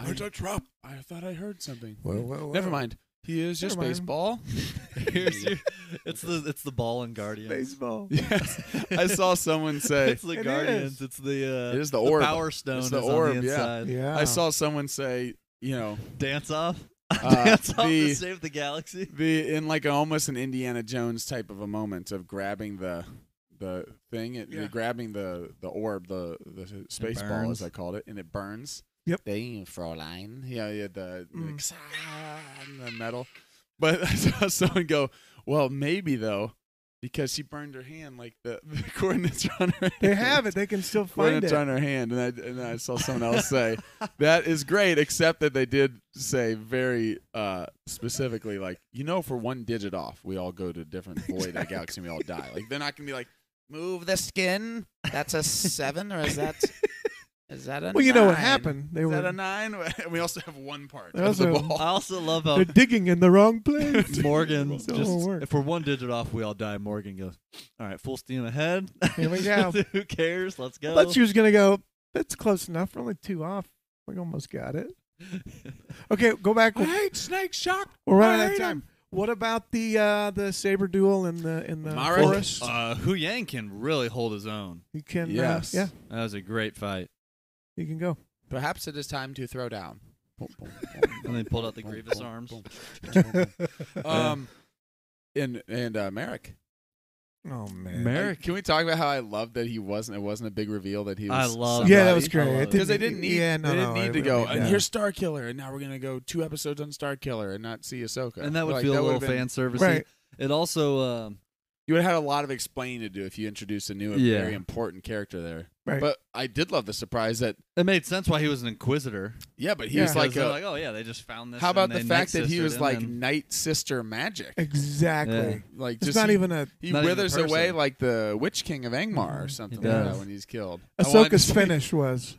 "It's a trap." I thought I heard something.
Whoa, whoa,
Never
whoa.
mind. He is your
Never mind.
space ball.
here's your, it's the it's the ball and Guardians.
Baseball.
Yes. I saw someone say
It's the
It
Guardians.
is.
It's the uh,
it is the orb.
Power Stone
It's the
is
orb,
on the
yeah.
inside.
Yeah.
I saw someone say, you know,
Dance off.
Uh,
Dance off
the-
to save the galaxy.
the in like almost an Indiana Jones type of a moment of grabbing the the thing, it,
Yeah.
grabbing the the orb, the the space ball
burns.
as I called it, and it burns.
Yep.
Damn, Fraulein. Yeah, yeah, the the,
Mm.
the metal. But I saw someone go, well, maybe though, because she burned her hand, like the, the coordinates are on her.
They
hand.
have it. They can still find
coordinates
it.
on her hand, and I and I saw someone else say that is great, except that they did say very uh, specifically, like you know, for one digit off, we all go to a different void of the galaxy, and we all die. Like they're not gonna be like move the skin. That's a seven, or is that is that a?
Well, you know what
nine?
happened. They
Is that
were
a nine? And we also have one part.
They
of the
also-
ball.
I also love how
they're digging in the wrong place.
Morgan
It's all
just
work.
if we're one digit off, we all die. Morgan goes, all right, full steam ahead.
Here we go.
Who cares? Let's go.
I thought she was gonna go. That's close enough. We're only two off. We almost got it. Okay, go back.
I hate Snake Shock.
We're running
I
out of
hate
time.
'em.
What about the uh, the saber duel in the in the
Mara,
forest?
uh, Hu Yang can really hold his own.
you can uh,
Yes.
yeah,
That was a great fight.
you can go.
Perhaps it is time to throw down.
And they pulled out the Grievous arms.
um, and and uh, Merrick.
Oh man.
Mer- Merrick.
Like, can we talk about how I loved that he wasn't? It wasn't a big reveal that he
I
was.
love
yeah, that was great.
Somebody. I
It
love it.
Because they
didn't-
didn't need.
Oh, yeah, no,
they didn't
no,
need
it
to go.
really
And
didn't.
here's Star Killer, and now we're gonna go two episodes on Star Killer and not see Ahsoka.
And that would
Like,
feel a
would've
little
been-
fan servicey.
right.
It also, um,
You would have had a lot of explaining to do if you introduced a new, and
Yeah.
very important character there.
Right.
But I did love the surprise that.
it made sense why he was an inquisitor.
Yeah, but he
Yeah.
was like,
they're
a,
like, oh yeah, they just found this.
how
and
about
they
the fact that he
night-sistered
was
him
like
and-
Night Sister magic?
Exactly.
Yeah.
Like
It's
just
not
he,
even a
he
Not even a
withers away
person.
like the Witch King of Angmar or
Mhm.
something
He
like that
does.
when he's killed. Oh, I wanted to
Ahsoka's
see-
finish was.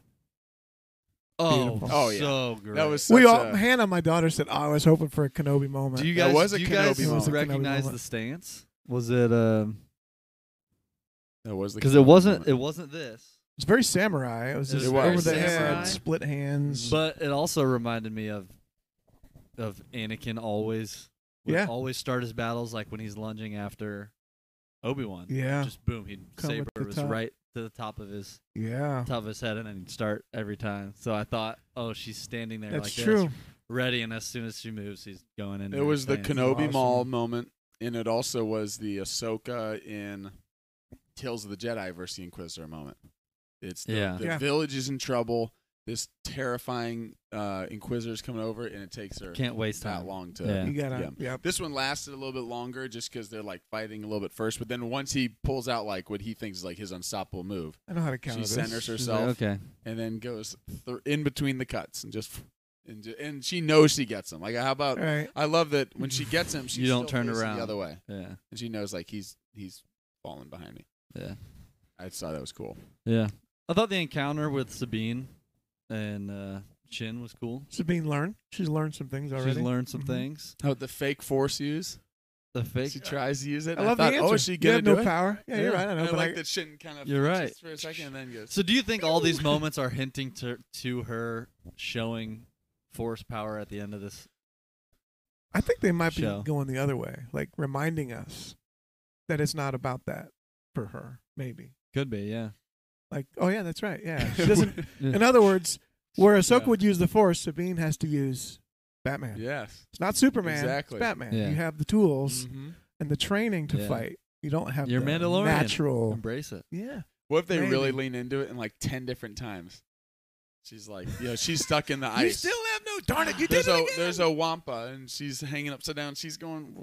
oh,
Beautiful.
Oh, yeah.
so great.
That was
we
such
all
a-
Hannah, my daughter, said, oh, "I was hoping for a Kenobi moment."
Do you
That
guys,
was a
do you
Kenobi moment.
guys
It was a Kenobi
recognize
moment.
the stance? Was it because
That was the
it wasn't it wasn't this,
It's very samurai. It was
It
just
was
over the
very samurai.
head, split hands.
but it also reminded me of of Anakin always would
Yeah.
always start his battles like when he's lunging after Obi Wan.
yeah,
Just boom, he'd
Come at
saber
the
was
top.
right to the top of his
yeah,
top of his head, and then he'd start every time. So I thought, oh, she's standing there
that's
like this,
true.
ready, and as soon as she moves, he's going in.
It was the Kenobi
Awesome.
Mall moment, and it also was the Ahsoka in Tales of the Jedi versus the Inquisitor moment. It's the,
Yeah.
the
Yeah.
village is in trouble. This terrifying uh, Inquisitor is coming over, and it takes her
Can't waste
that
time.
long to.
Yeah.
You gotta,
Yeah.
yep.
This one lasted a little bit longer just because they're like fighting a little bit first, but then once he pulls out like what he thinks is like his unstoppable move,
I know how to count.
she
this.
centers
She's like,
herself
okay.
and then goes th- in between the cuts and just and, ju- and she knows she gets him. Like how about
All right.
I love that when she gets him, she
You don't
still
turn
faces
around.
the other way,
Yeah.
and she knows like he's he's falling behind me.
Yeah.
I just thought that was cool.
Yeah. I thought the encounter with Sabine and uh, Chin was cool.
Sabine learned. She's learned some things already.
She's learned some
Mhm.
things.
How Oh, the fake force use?
The fake.
She tries to use it.
I
and
love
thought,
the answer.
Oh, is she
you
gonna
have
do
no
it?
power. Yeah, you're
Yeah.
right. I know.
And I
but
like
I-
that Shin kind of.
You're
flinches
right.
For a second, and then goes.
so do you think all these moments are hinting to to her showing force power at the end of this?
I think they might be
Show.
going the other way, like reminding us that it's not about that for her. Maybe
Could be, yeah.
like, oh yeah, that's right. Yeah, she doesn't.
Yeah.
in other words, where Ahsoka
Yeah.
would use the Force, Sabine has to use Batman.
yes.
It's not Superman.
Exactly.
It's Batman.
Yeah.
You have the tools
Mm-hmm.
and the training to
Yeah.
fight. You don't have
You're
the
Mandalorian.
natural.
Embrace it.
Yeah.
What if they really
Maybe.
lean into it in like ten different times? She's like, you know, she's stuck in the ice.
have no. Darn it! You
there's a there's a wampa and she's hanging upside down. She's going,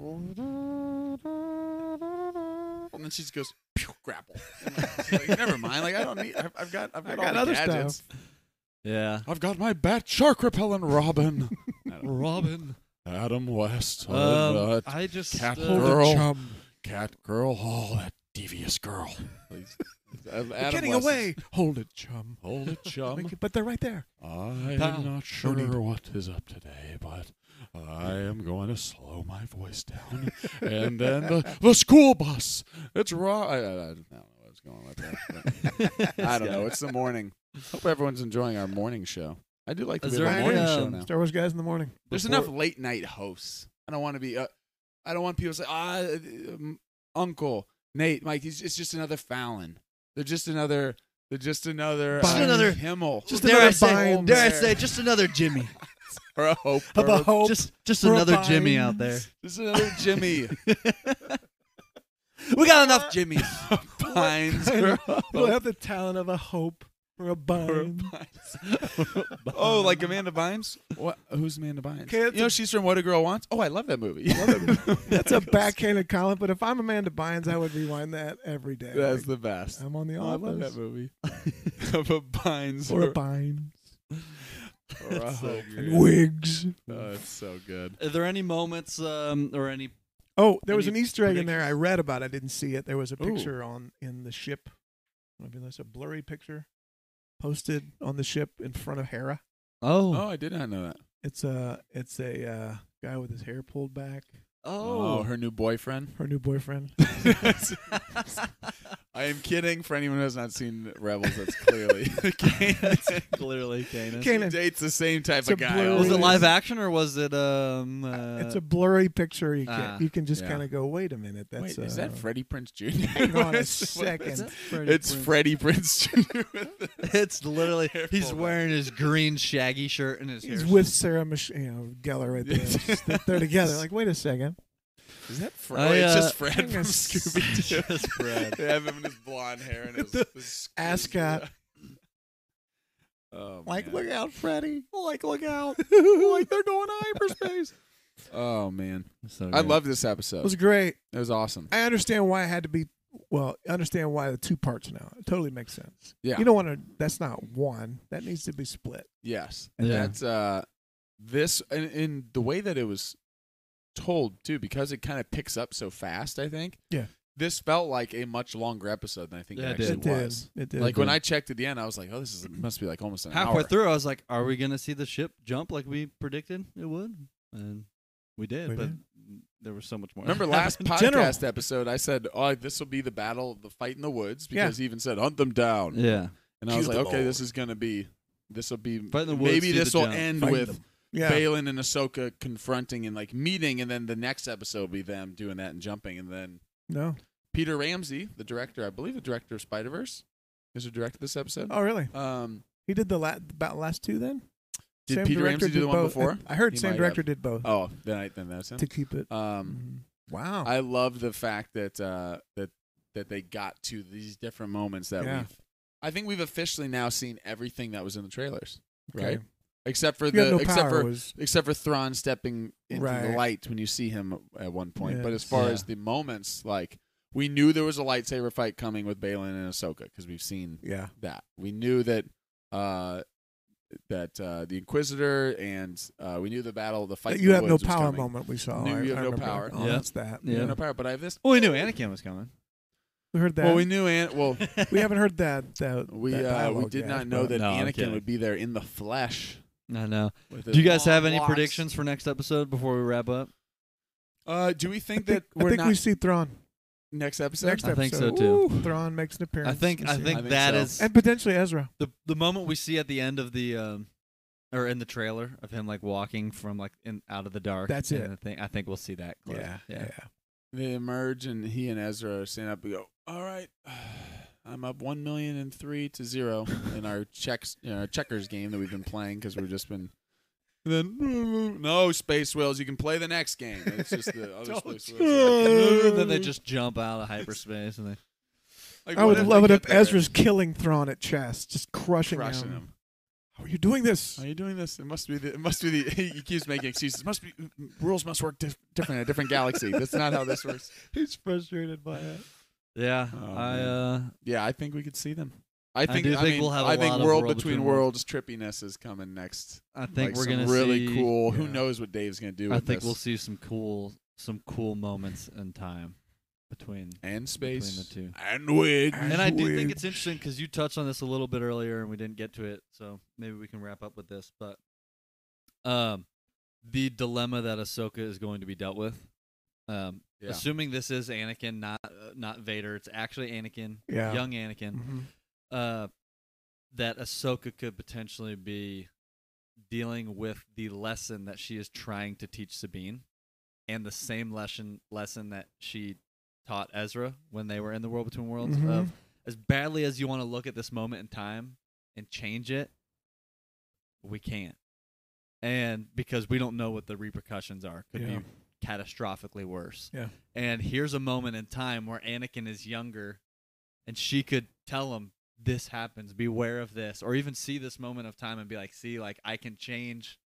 and then she just goes "Pew, grapple. And, like, she's like, Never mind. Like I don't need. I've, I've got I've
I
got,
got
all the
other
gadgets.
stuff.
Yeah.
I've got my bat shark repellent Robin.
Robin.
Adam West. uh,
Um,
that
I just
cat
uh,
girl.
Chum.
cat girl. Oh, that devious girl. Please. Adam
We're getting
West is-
away. Hold it, chum.
Hold it, chum.
Like, But they're right there.
I'm
Pal.
not
No need.
sure what is up today, but I am going to slow my voice down. and then the, the school bus. It's raw. I, I, I don't know what's going on with that. but I don't know. It's the morning. Hope everyone's enjoying our morning show. I do like to
Is
be on
there
a
any,
morning show
um,
now.
Star Wars guys in the morning.
There's
Before-
enough late night hosts. I don't want to be. Uh, I don't want people to say, ah, uh, um, Uncle Nate, Mike. He's, it's just another Fallon. They're just another. They're just another.
Just
uh,
another-
Himmel.
Just Dare I another say- bind dare I
there. say,
just another Jimmy.
or a hope.
How about hope?
Just just
for a another Jimmy bind. out there.
This is another Jimmy.
we got enough Jimmys.
Pines.
Kind
for a
We'll
hope
have the talent of a hope or a
for a
bind.
Pines. oh, like Amanda Bynes? What? Who's Amanda Bynes?
Okay, that's
you know, she's from What a Girl Wants. Oh, I love that movie.
That's a backhanded comment, but if I'm Amanda Bynes, I would rewind that every day.
That's
Like,
the best.
I'm on the
Oh, I love that
office.
movie. of a Bynes Oh,
Or a bind.
or a
That's so
hope.
good.
And wigs.
Oh, it's so good.
Are there any moments um, or any?
Oh, there was
Any
an Easter egg in there. I read about. it. I didn't see it. There was a
Ooh.
picture on in the ship. Maybe that's a blurry picture posted on the ship in front of Hera.
Oh, I did not know that.
It's a it's a uh, guy with his hair pulled back.
Oh.
Oh.
her new boyfriend.
Oh.
Her new boyfriend.
I am kidding. For anyone who has not seen Rebels, that's clearly Kanan.
Clearly, Kanan.
Kanan.
He dates the same type
It's a
of guy.
blue-
all
Was
the
it
time.
live action or was it um? Uh,
it's a blurry picture. You can
ah,
you can just
uh, yeah.
kind of go, wait a minute. That's
Wait,
uh,
is that Freddie Prince Jr.?
hang on a
What's- what-
second.
It's,
Freddie
it's
Prinze.
Freddie Prince Jr. with the-
It's literally he's
Careful, man.
wearing his green shaggy shirt and his
He's
hair's-
with Sarah Mich- you know, Geller right there. It's just that They're together. Like, wait a second.
Is that Fred?
I,
it's
uh,
just Fred
think
from
it's
Scooby Doo.
just Fred.
they have him in his blonde hair and his,
The
his
ascot.
Oh,
Like,
man.
look out, Freddy.
like look out!
like,
they're going to hyperspace. oh man,
So
I
good.
love this
it
episode.
was great.
It was awesome.
I understand why it had to be. Well, I understand why the two parts now. It totally makes sense.
Yeah.
You don't want to. That's not one. That needs to be split.
Yes, and
Yeah.
that's uh, this and, and the way that it was told too, because it kind of picks up so fast. I think.
Yeah.
This felt like a much longer episode than I think
Yeah,
it
it
actually
it did.
was.
It did.
Like when
did.
I checked at the end, I was like, "Oh, this is must be like almost an
halfway
hour."
through. I was like, "Are we gonna see the ship jump like we predicted it would?" And we did,
We
but there was so much more.
Remember
that
last
happened.
podcast
General.
episode, I said, "Oh, this will be the battle, the fight in the woods,"
Yeah.
because he even said, "Hunt them down."
Yeah,
And I was
Cue
like,
the
"Okay,
ball."
this is gonna be, this will be,
Fight in the woods,
maybe
see the
this will
giant.
end
Fight
with
them. yeah.
Balin and Ahsoka confronting and like meeting, and then the next episode will be them doing that and jumping, and then
No.
Peter Ramsey, the director, I believe, the director of Spider Verse, is who directed this episode.
Oh, really?
Um,
He did the la- about last two then.
did
Same
Peter
director
Ramsey do
did
the one
both.
before?
I, I heard
He
same
might
director did both
oh, then I, then that's him.
to keep it. mm-hmm.
Um,
wow.
I love the fact that uh, that that they got to these different moments that
Yeah.
we've. I think we've officially now seen everything that was in the trailers,
Okay.
right? Except for
You
the
have no
except
power.
for
was,
except for Thrawn stepping into
Right.
the light when you see him at one point. But as
Yes.
far
Yeah.
as the moments, like we knew there was a lightsaber fight coming with Balin and Ahsoka because we've seen
yeah.
that. We knew that uh, that uh, the Inquisitor and uh, we knew the battle, the fight.
That
in
you
the
have no
woods was
power
coming.
moment we saw.
Knew
I-
you have
I
no
remember.
power.
Oh,
Yeah.
that's that.
You
Yeah.
have no power, but I have this.
Well, we knew Anakin was coming.
We heard that.
Well, we knew and well.
we haven't heard that. that
We
that
uh, we
dialogue
did
yet,
not know
but-
that
No, I'm
Anakin
kidding.
would be there in the flesh.
I know.
with his
Do you guys
long
have any
locks.
predictions for next episode before we wrap up?
Uh, do we think,
I
that
think,
we're
I think
not
we see Thrawn
next episode?
next
I
episode.
think so, too.
Ooh, Thrawn makes an appearance.
I think
We
I
see
think
I think
that
so.
is
and potentially Ezra.
the the moment we see at the end of the um, or in the trailer of him like walking from like in out of the dark.
That's
and
it.
the thing- I think we'll see that. Close. yeah.
they emerge and he and Ezra stand up and go, "All right, I'm up one million and three to zero in our checks, you know, our checkers game that we've been playing because we've just been." And then no space whales. You can play the next game. It's just the other
Don't
space whales.
And then they just jump out of hyperspace and they
Like,
I
what
would
if
love
they
it
get
if
there
Ezra's killing Thrawn at chess, just crushing,
crushing
him.
him.
How are you doing this?
Are you doing this? It must be the. It must be the. He keeps making excuses. must be rules must work dif- different in a different galaxy. That's not how this works.
He's frustrated by it.
Yeah,
Oh,
I
man.
uh
Yeah, I think we could see them. I think.
do
I
think
mean,
we'll have a
I think
lot of
world,
World
between
Between
worlds trippiness is coming next.
I think
Like,
we're
some
gonna
really
see,
cool. Who
yeah.
knows what Dave's gonna do? With
I think
this.
we'll see some cool some cool moments in time between
and space
between the two.
and wig.
And
And I do think it's
Switch.
interesting because you touched on this a little bit earlier and we didn't get to it, so maybe we can wrap up with this. But um, the dilemma that Ahsoka is going to be dealt with, um,
Yeah.
assuming this is Anakin, not uh, not Vader, it's actually Anakin,
Yeah.
young Anakin.
Mhm.
uh, that Ahsoka could potentially be dealing with the lesson that she is trying to teach Sabine, and the same lesson lesson that she taught Ezra when they were in the World Between Worlds.
Mhm.
Of as badly as you want to look at this moment in time and change it, we can't, and because we don't know what the repercussions are, could
Yeah.
be catastrophically worse.
Yeah.
And here's a moment in time where Anakin is younger and she could tell him this happens, beware of this, or even see this moment of time and be like, see, like I can change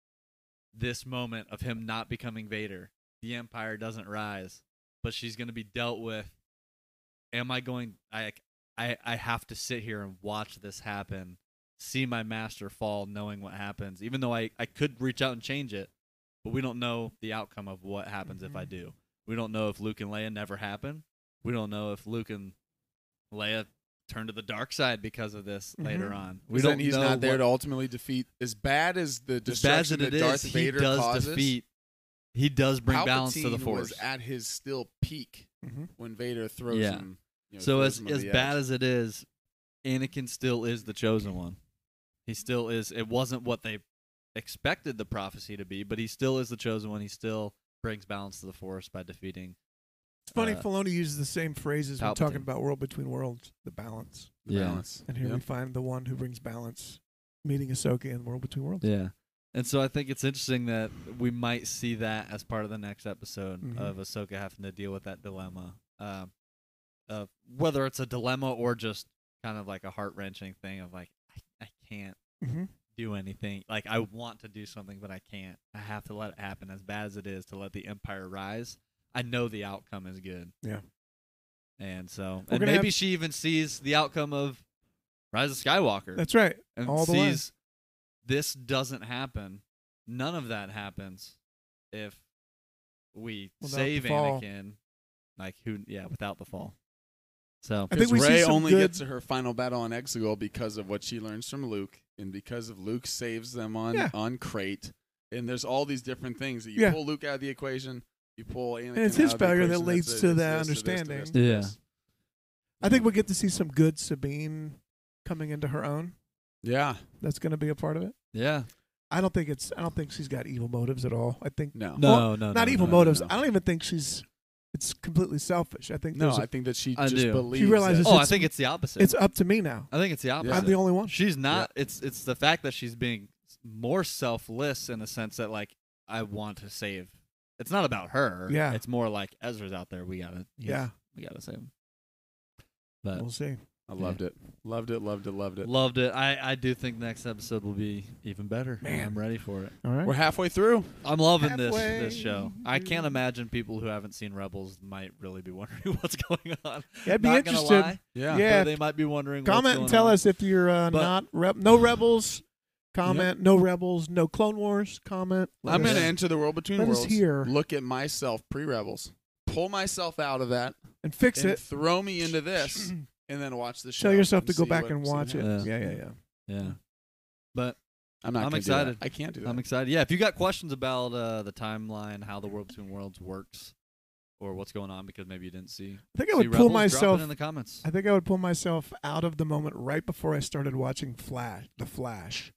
this moment of him not becoming Vader. The Empire doesn't rise. But she's gonna be dealt with am I going I I I have to sit here and watch this happen, see my master fall knowing what happens, even though I, I could reach out and change it, but we don't know the outcome of what happens if I
Mhm.
do. We don't know if Luke and Leia never happen. We don't know if Luke and Leia turn to the dark side because of this later
Mhm.
on. We
We
don't
he's
know
not there
what-
to ultimately defeat. As bad as the
as bad as
destruction
it
that
is,
Darth
he
Vader
does
causes,
defeat. He does bring balance to the
Palpatine
force. Mm-hmm.
Was at his still peak
Mhm.
when Vader throws
Yeah.
him. you know,
So as
charisma of
as
the
bad
Ash.
as it is, Anakin still is the chosen one. He still is. It wasn't what they expected the prophecy to be, but he still is the chosen one. He still brings balance to the force by defeating.
It's funny.
Uh,
Filoni uses the same phrases when talking
Palpatine.
about world between worlds, the balance,
the
Yeah.
balance.
and here
Yep.
we find the one who brings balance, meeting Ahsoka in world between worlds.
Yeah. And so I think it's interesting that we might see that as part of the next episode
Mhm.
of Ahsoka having to deal with that dilemma. Um of whether it's a dilemma or just kind of like a heart wrenching thing of like, I, I can't
hmm
do anything. Like I want to do something, but I can't. I have to let it happen, as bad as it is, to let the empire rise. I know the outcome is good.
Yeah.
And so,
We're
and
gonna
maybe
have-
she even sees the outcome of Rise of Skywalker
That's right.
and
all the way.
sees this doesn't happen. None of that happens if we
Without the
save
fall.
Anakin. Like who? Yeah, without the fall. So
I think we see
Ray
some
only
good-
gets her final battle on Exegol because of what she learns from Luke, and because of Luke saves them on
Yeah.
on Crate. And there's all these different things that you
Yeah.
pull Luke out of the equation, you pull Anakin.
it's his
out of the
failure that
equation,
leads
that's
to
it, it's
that
this, to this, to this,
understanding.
to
Yeah.
this.
I think we get to see some good Sabine coming into her own.
Yeah.
That's going to be a part of it.
yeah,
I don't think it's. I don't think she's got evil motives at all. I think
No.
no,
Well,
no,
not
no,
evil
no, no,
motives.
no.
I don't even think she's. It's completely selfish. I think
No,
there's a-
I think that she
I
just
do. She
believes.
realizes
that-
Oh, I
It's-
think it's the opposite.
it's up to me now.
I think it's the opposite.
Yeah.
I'm the only one.
She's not. It's it's the fact that she's being more selfless in the sense that like I want to save. It's not about her.
Yeah.
It's more like Ezra's out there. We gotta. he's-
Yeah,
We gotta save him. But
we'll see.
I loved it. Loved it. Loved it. Loved it.
loved it. I I do think next episode will be even better.
Man.
I'm ready for it.
All right.
We're halfway through.
I'm loving
Halfway
this this show. I can't
through.
imagine people who haven't seen Rebels might really be wondering what's going on.
Yeah, I'd be
not
interested.
Gonna lie,
Yeah.
Yeah.
though they might be wondering. what's
Comment and
going
tell
on.
us if you're uh,
But-
not rep- no rebels. Comment no rebels no Clone Wars. Comment. Let
I'm
us-
gonna enter the world between
Let us
worlds.
hear.
Look at myself pre-rebels. Pull myself out of that
and fix
and
it.
throw me into this, and then watch the show.
Tell yourself
and
to go
see
back
what-
and
see what
watch it.
happens.
Yeah, yeah, yeah.
Yeah. But
I'm not.
I'm
gonna do that.
excited.
I can't do that.
I'm excited. Yeah, if you got questions about uh, the timeline, how the world between worlds works, or what's going on, because maybe you didn't see,
I think I
see
would pull
Rebels, drop
myself.
it in the comments.
I think I would pull myself out of the moment right before I started watching Flash, The Flash,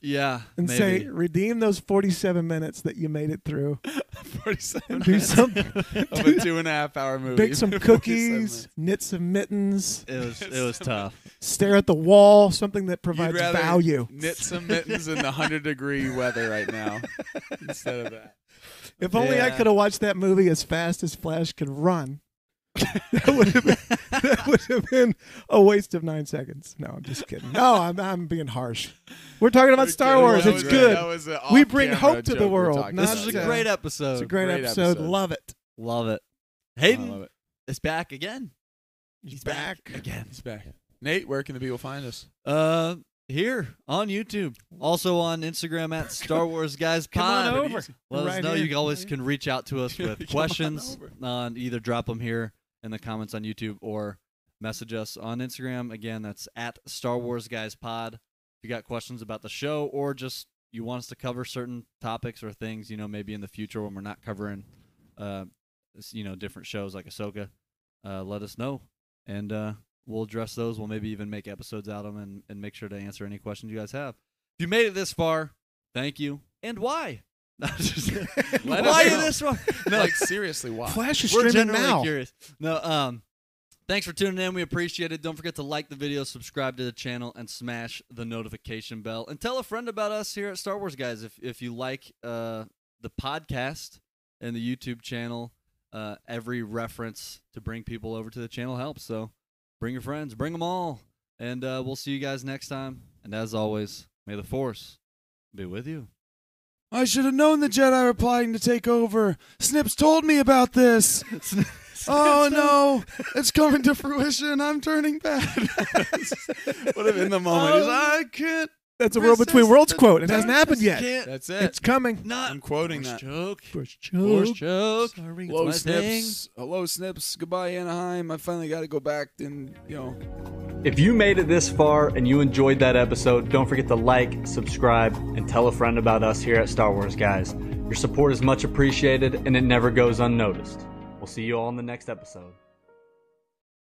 Yeah,
and
maybe.
say, redeem those 47 minutes that you made it through.
47
Do
minutes
some,
of a two and a half hour movie.
bake some
47
cookies,
minutes.
knit some mittens,
it was it was tough.
stare at the wall, something that
You'd
provides
rather
value.
Knit some mittens in the hundred degree weather right now instead of that.
If only I
Yeah.
could have watched that movie as fast as Flash could run. that would have been that would have been a waste of nine seconds. No, I'm just kidding. No, I'm I'm being harsh. We're talking about Star
That
Wars.
was
It's
a-
good.
that was a
We bring
off-camera
hope to the
joke we're
world,
talking
not
This
about.
is a
uh,
great
It's a
episode.
great,
great
episode.
episode.
Love it.
Love it.
I love
Hayden
it.
is back again.
He's back.
again.
It's back. Nate, where can the people find us?
Uh, here on YouTube, also on Instagram at Star Wars Guys
Come
Pod.
on over.
Let
Right
us know.
here.
You always can reach out to us
Come on
with questions
over.
on either drop them here in the comments on YouTube or message us on Instagram. Again, that's at Star Wars Guys Pod. If you got questions about the show or just you want us to cover certain topics or things, you know, maybe in the future when we're not covering, uh, s- you know, different shows like Ahsoka, uh, let us know and uh, we'll address those. We'll maybe even make episodes out of them and, and make sure to answer any questions you guys have. If you made it this far, thank you. And why?
Let
why
us
you
know.
this far?
Like seriously, why?
Flash is
We're
streaming
generally
now.
curious. No, um, thanks for tuning in. We appreciate it. Don't forget to like the video, subscribe to the channel, and smash the notification bell. And tell a friend about us here at Star Wars Guys if if you like uh the podcast and the YouTube channel. Uh, every reference to bring people over to the channel helps. So bring your friends, bring them all, and uh, we'll see you guys next time. And as always, may the force be with you.
I should have known the Jedi were plotting to take over. Snips told me about this. oh no, it's coming to fruition. I'm turning bad. Would have in the moment. He's like, "Ah, I can't.
That's a world between
Resist
worlds
the
quote. It hasn't happened yet.
Just can't
That's
It's coming.
Oh, not
I'm quoting
force
that.
joke.
Force choke.
joke.
Sorry.
Well-
Hello
my thing.
Snips. Hello Snips. Goodbye Anaheim. I finally got to go back and you know.
If you made it this far and you enjoyed that episode, don't forget to like, subscribe, and tell a friend about us here at Star Wars Guys. Your support is much appreciated and it never goes unnoticed. We'll see you all in the next episode.